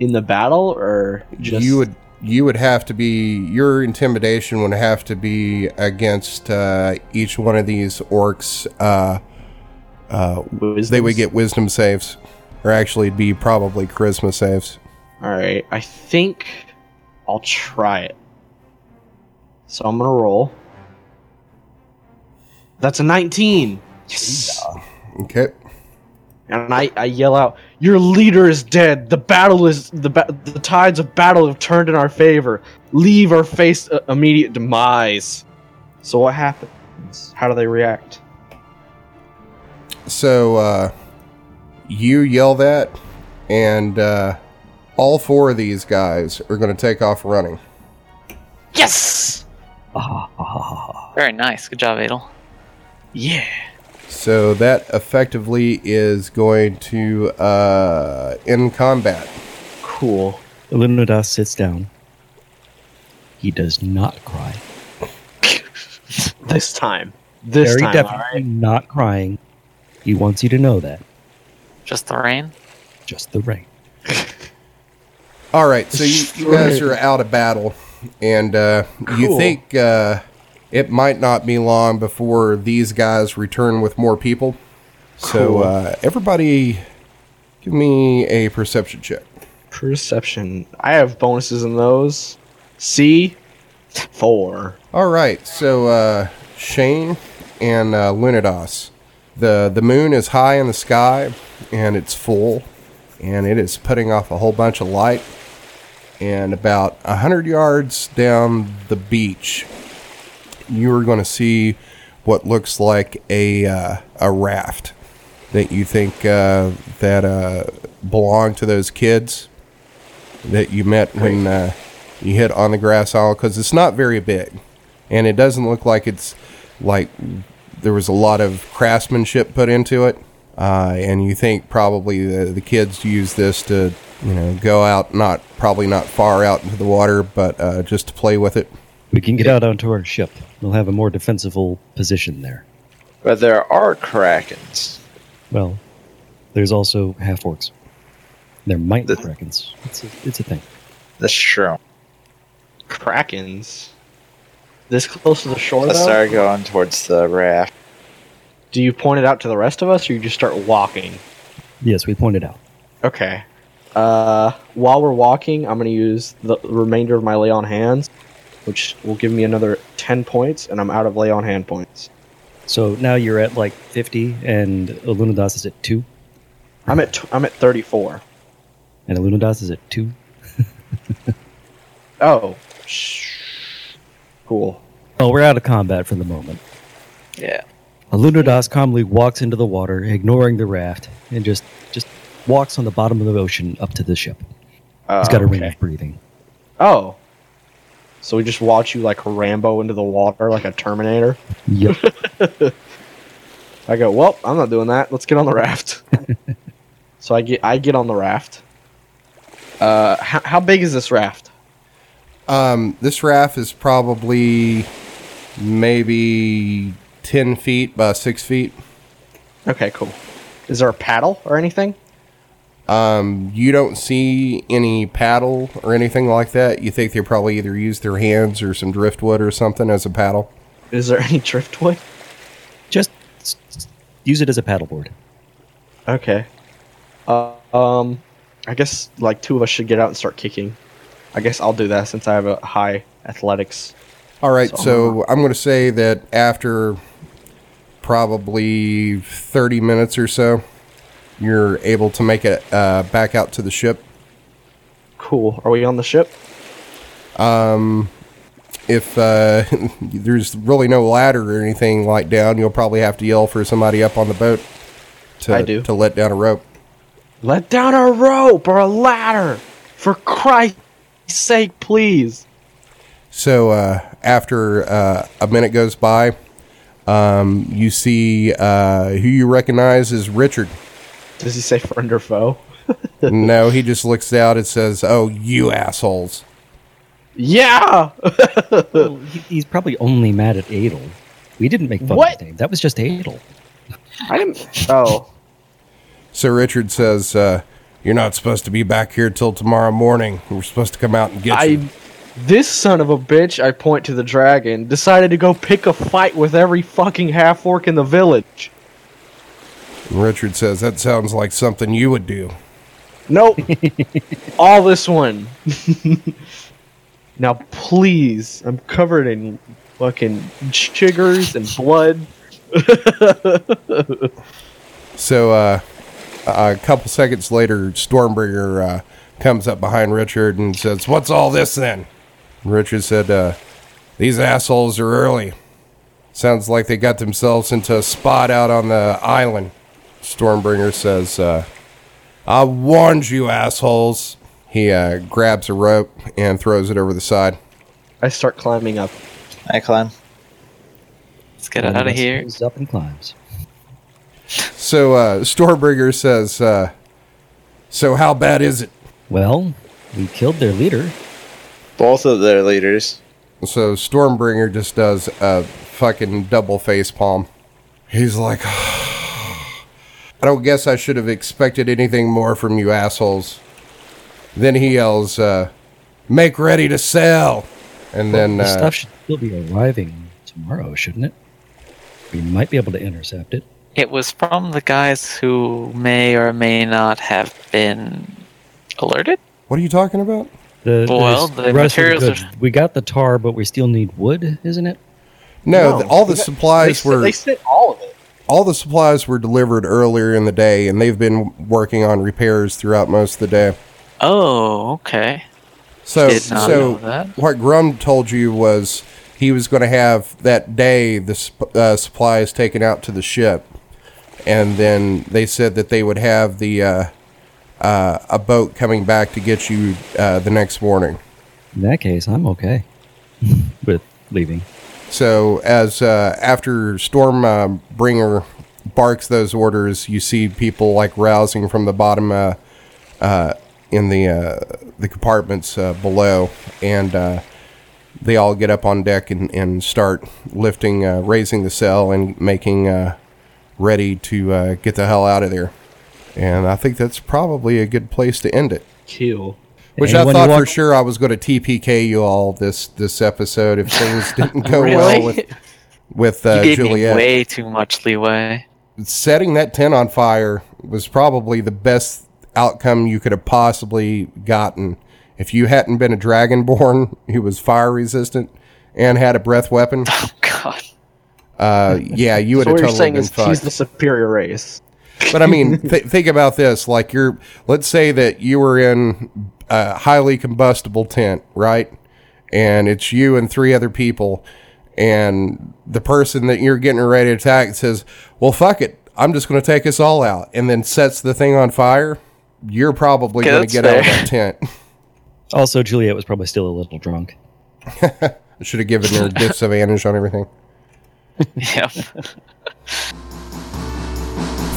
C: in the battle or just
B: you would you would have to be your intimidation would have to be against uh, each one of these orcs. Uh, uh,
C: wisdoms?
B: they would get wisdom saves, or actually it'd be probably charisma saves.
C: All right. I think I'll try it. So I'm gonna roll. That's a 19.
B: Okay.
C: and I, I yell out, "Your leader is dead. The battle is the ba- the tides of battle have turned in our favor. Leave or face uh, immediate demise." So what happens? How do they react?
B: So uh, you yell that, and uh, all four of these guys are going to take off running.
F: Yes!
E: Ah, ah, ah, ah.
F: Very nice. Good job, Adel.
C: Yeah.
B: So that effectively is going to uh, end combat.
C: Cool.
E: Illuminadas sits down. He does not cry.
C: This time. This
E: Very
C: time.
E: definitely
C: alright?
E: not crying. He wants you to know that.
F: Just the rain.
E: Just the rain.
B: All right, so you, you guys are out of battle, and uh, you
C: Cool.
B: think uh, it might not be long before these guys return with more people. So
C: Cool.
B: uh, everybody, give me a perception check.
C: Perception. I have bonuses in those. C, four.
B: All right, so uh, Shane and uh, Lunados, the the moon is high in the sky, and it's full, and it is putting off a whole bunch of light. And about a hundred yards down the beach, you are going to see what looks like a uh, a raft that you think uh, that uh, belonged to those kids that you met when uh, you hit on the grass isle because it's not very big and it doesn't look like it's like there was a lot of craftsmanship put into it uh, and you think probably the, the kids use this to you know go out not probably not far out into the water but uh, just to play with it
E: We can get out onto our ship. We'll have a more defensible position there.
D: But there are krakens.
E: Well, there's also half orcs. There might be
D: The-
E: krakens. It's a, it's a thing.
D: That's true.
C: Krakens. This close to the shore,
D: Let's
C: though?
D: start going towards the raft.
C: Do you point it out to the rest of us, or you just start walking?
E: Yes, we pointed out.
C: Okay. Uh, while we're walking, I'm gonna use the remainder of my lay on hands, which will give me another ten points, and I'm out of lay on hand points.
E: So now you're at like 50, and Illunadas is at 2,
C: I'm at t- I'm at 34.
E: and Illunadas is at 2.
C: Oh, sh- cool.
E: Oh, we're out of combat for the moment.
F: Yeah.
E: Alunadas calmly walks into the water, ignoring the raft, and just just walks on the bottom of the ocean up to the ship.
C: Uh,
E: He's got a ring
C: okay.
E: of breathing.
C: Oh, so we just watch you like Rambo into the water, like a Terminator.
F: <laughs>
E: Yep.
C: I go, well, I'm not doing that. Let's get on the raft. so I get I get on the raft. Uh, how, how big is this raft?
B: um, this raft is probably maybe 10 feet by 6 feet
C: Okay, cool. Is there a paddle or anything?
B: Um, you don't see any paddle or anything like that. You think they probably either use their hands or some driftwood or something as a paddle.
C: Is there <laughs> any driftwood?
E: just s- s- use it as a paddleboard.
F: Uh.
C: Okay. Uh, um, I guess like two of us should get out and start kicking. I guess I'll do that since I have a high athletics.
B: All right, so,
C: So- uh-huh.
B: I'm going to say that after probably 30 minutes or so, you're able to make it uh, back out to the ship.
C: Cool. Are we on the ship?
B: If uh, <laughs> there's really no ladder or anything like down, you'll probably have to yell for somebody up on the boat to,
C: I do.
B: to let down a rope.
C: Let down a rope or a ladder, for Christ's sake, please.
B: So uh, after uh, a minute goes by, um, you see uh, who you recognize as
C: <laughs>
B: Richard.
C: Does he say friend or foe?
B: no, he just looks out and says, "Oh, you assholes!"
C: Yeah. <laughs>
E: Well, he, he's probably only mad at Adel. We didn't make fun of
C: What?
E: his name. That was just Adel.
C: I didn't. Oh.
B: So Richard says, uh, "You're not supposed to be back here till tomorrow morning. We're supposed to come out and get you."
C: I this son of a bitch, I point to the dragon, decided to go pick a fight with every fucking half orc in the village.
B: And Richard says, "That sounds like something you would do."
C: <laughs> Nope. All this <laughs> one. now please, I'm covered in fucking chiggers and blood.
B: So uh, a couple seconds later, Stormbringer uh, comes up behind Richard and says, "What's all this then?" And Richard said, uh, "These assholes are early. Sounds like they got themselves into a spot out on the island." Stormbringer says, uh, "I warned you, assholes." He uh, grabs a rope and throws it over the side.
C: I start climbing up.
D: I climb.
F: Let's get out of here.
E: Goes up and climbs.
B: So uh, Stormbringer says, uh, "So how bad is it?"
E: Well, we killed their leader.
D: Both of their leaders.
B: So Stormbringer just does a fucking double face palm. He's like, <sighs> I don't guess I should have expected anything more from you assholes. Then he yells, uh, "Make ready to sell!" And then
E: the
B: uh,
E: stuff should still be arriving tomorrow, shouldn't it? We might be able to intercept it.
F: It was from the guys who may or may not have been alerted.
B: what are you talking about?
E: The,
F: Well,
E: there's
F: the
E: rest of
F: materials
E: goods. We got the tar, but we still need wood, isn't it?
B: No,
C: No,
B: th- all the
C: they-
B: supplies
C: they,
B: were
C: They sent all of it.
B: all the supplies were delivered earlier in the day, and they've been working on repairs throughout most of the day.
F: Oh, okay.
B: So,
F: Did not
B: so
F: know that.
B: what Grum told you was he was going to have that day the sp- uh, supplies taken out to the ship, and then they said that they would have the uh, uh, a boat coming back to get you uh, the next morning.
E: In that case, I'm okay <laughs> with leaving.
B: So, as uh, after Storm uh, Bringer barks those orders, you see people like rousing from the bottom uh, uh, in the uh, the compartments uh, below, and uh, they all get up on deck and, and start lifting, uh, raising the sail, and making uh, ready to uh, get the hell out of there. And I think that's probably a good place to end it.
C: Kill.
B: Which
E: Anyone
B: I
E: who
B: thought for
E: walks-
B: sure I was going to TPK you all this this episode if
C: <laughs>
B: things didn't go well
F: Really?
B: with with uh,
F: you gave
B: Juliet.
F: me way too much leeway. <laughs>
B: Setting that tent on fire was probably the best outcome you could have possibly gotten. If you hadn't been a dragonborn who was fire resistant and had a breath weapon,
F: Oh God.
B: uh, yeah, you would
C: So
B: have
C: what you're
B: totally
C: saying
B: been
C: is
B: fucked.
C: he's the superior race.
B: But I mean, th- think about this. Like you're, let's say that you were in a highly combustible tent, right? And it's you and three other people, and the person that you're getting ready to attack says, "Well, fuck it, I'm just going to take us all out," and then sets the thing on fire. You're probably
F: Okay,
B: going to get
F: that's
B: out of
F: fair.
B: that tent. <laughs>
E: Also, Juliet was probably still a little drunk.
B: I should have given her disadvantage on everything.
F: Yep.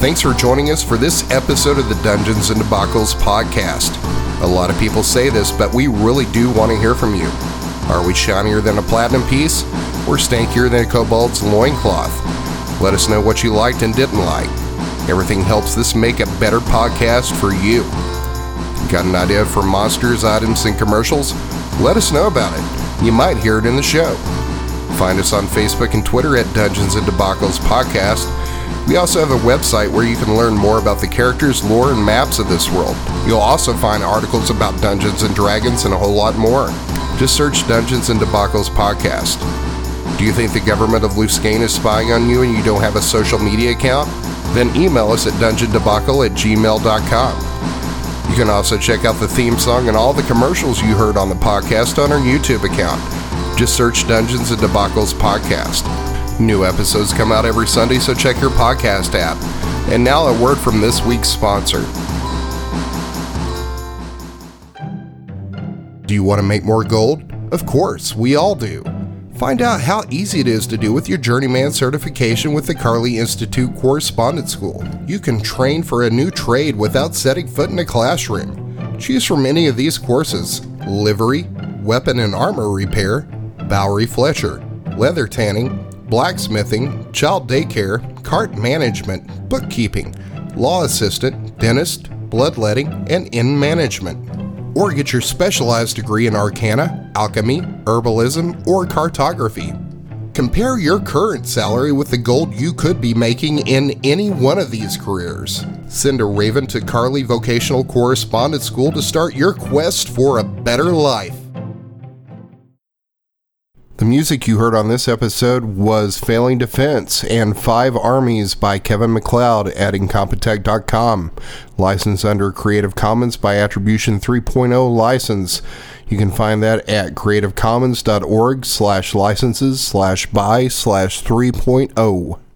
A: Thanks for joining us for this episode of the Dungeons and Debacles podcast. A lot of people say this, but we really do want to hear from you. Are we shinier than a platinum piece or stankier than a kobold's loincloth? Let us know what you liked and didn't like. Everything helps this make a better podcast for you. Got an idea for monsters, items, and commercials? Let us know about it. You might hear it in the show. Find us on Facebook and Twitter at Dungeons and Debacles Podcast. We also have a website where you can learn more about the characters, lore, and maps of this world. You'll also find articles about Dungeons and Dragons and a whole lot more. Just search Dungeons and Debacles Podcast. Do you think the government of Luskane is spying on you and you don't have a social media account? Then email us at dungeondebacle at gmail.com. You can also check out the theme song and all the commercials you heard on the podcast on our YouTube account. Just search Dungeons and Debacles Podcast. New episodes come out every Sunday, so check your podcast app. And now a word from this week's sponsor. Do you want to make more gold? Of course, we all do. Find out how easy it is to do with your journeyman certification with the Carly Institute Correspondence School. You can train for a new trade without setting foot in a classroom. Choose from any of these courses livery, weapon and armor repair, Bowery Fletcher, leather tanning, blacksmithing, child daycare, cart management, bookkeeping, law assistant, dentist, bloodletting, and inn management or get your specialized degree in arcana, alchemy, herbalism, or cartography. Compare your current salary with the gold you could be making in any one of these careers. Send a raven to Carly Vocational Correspondence School to start your quest for a better life.
B: The music you heard on this episode was Failing Defense and Five Armies by Kevin McLeod at Incompetech.com. Licensed under Creative Commons by Attribution 3.0 license. You can find that at creativecommons.org slash licenses slash by slash 3.0.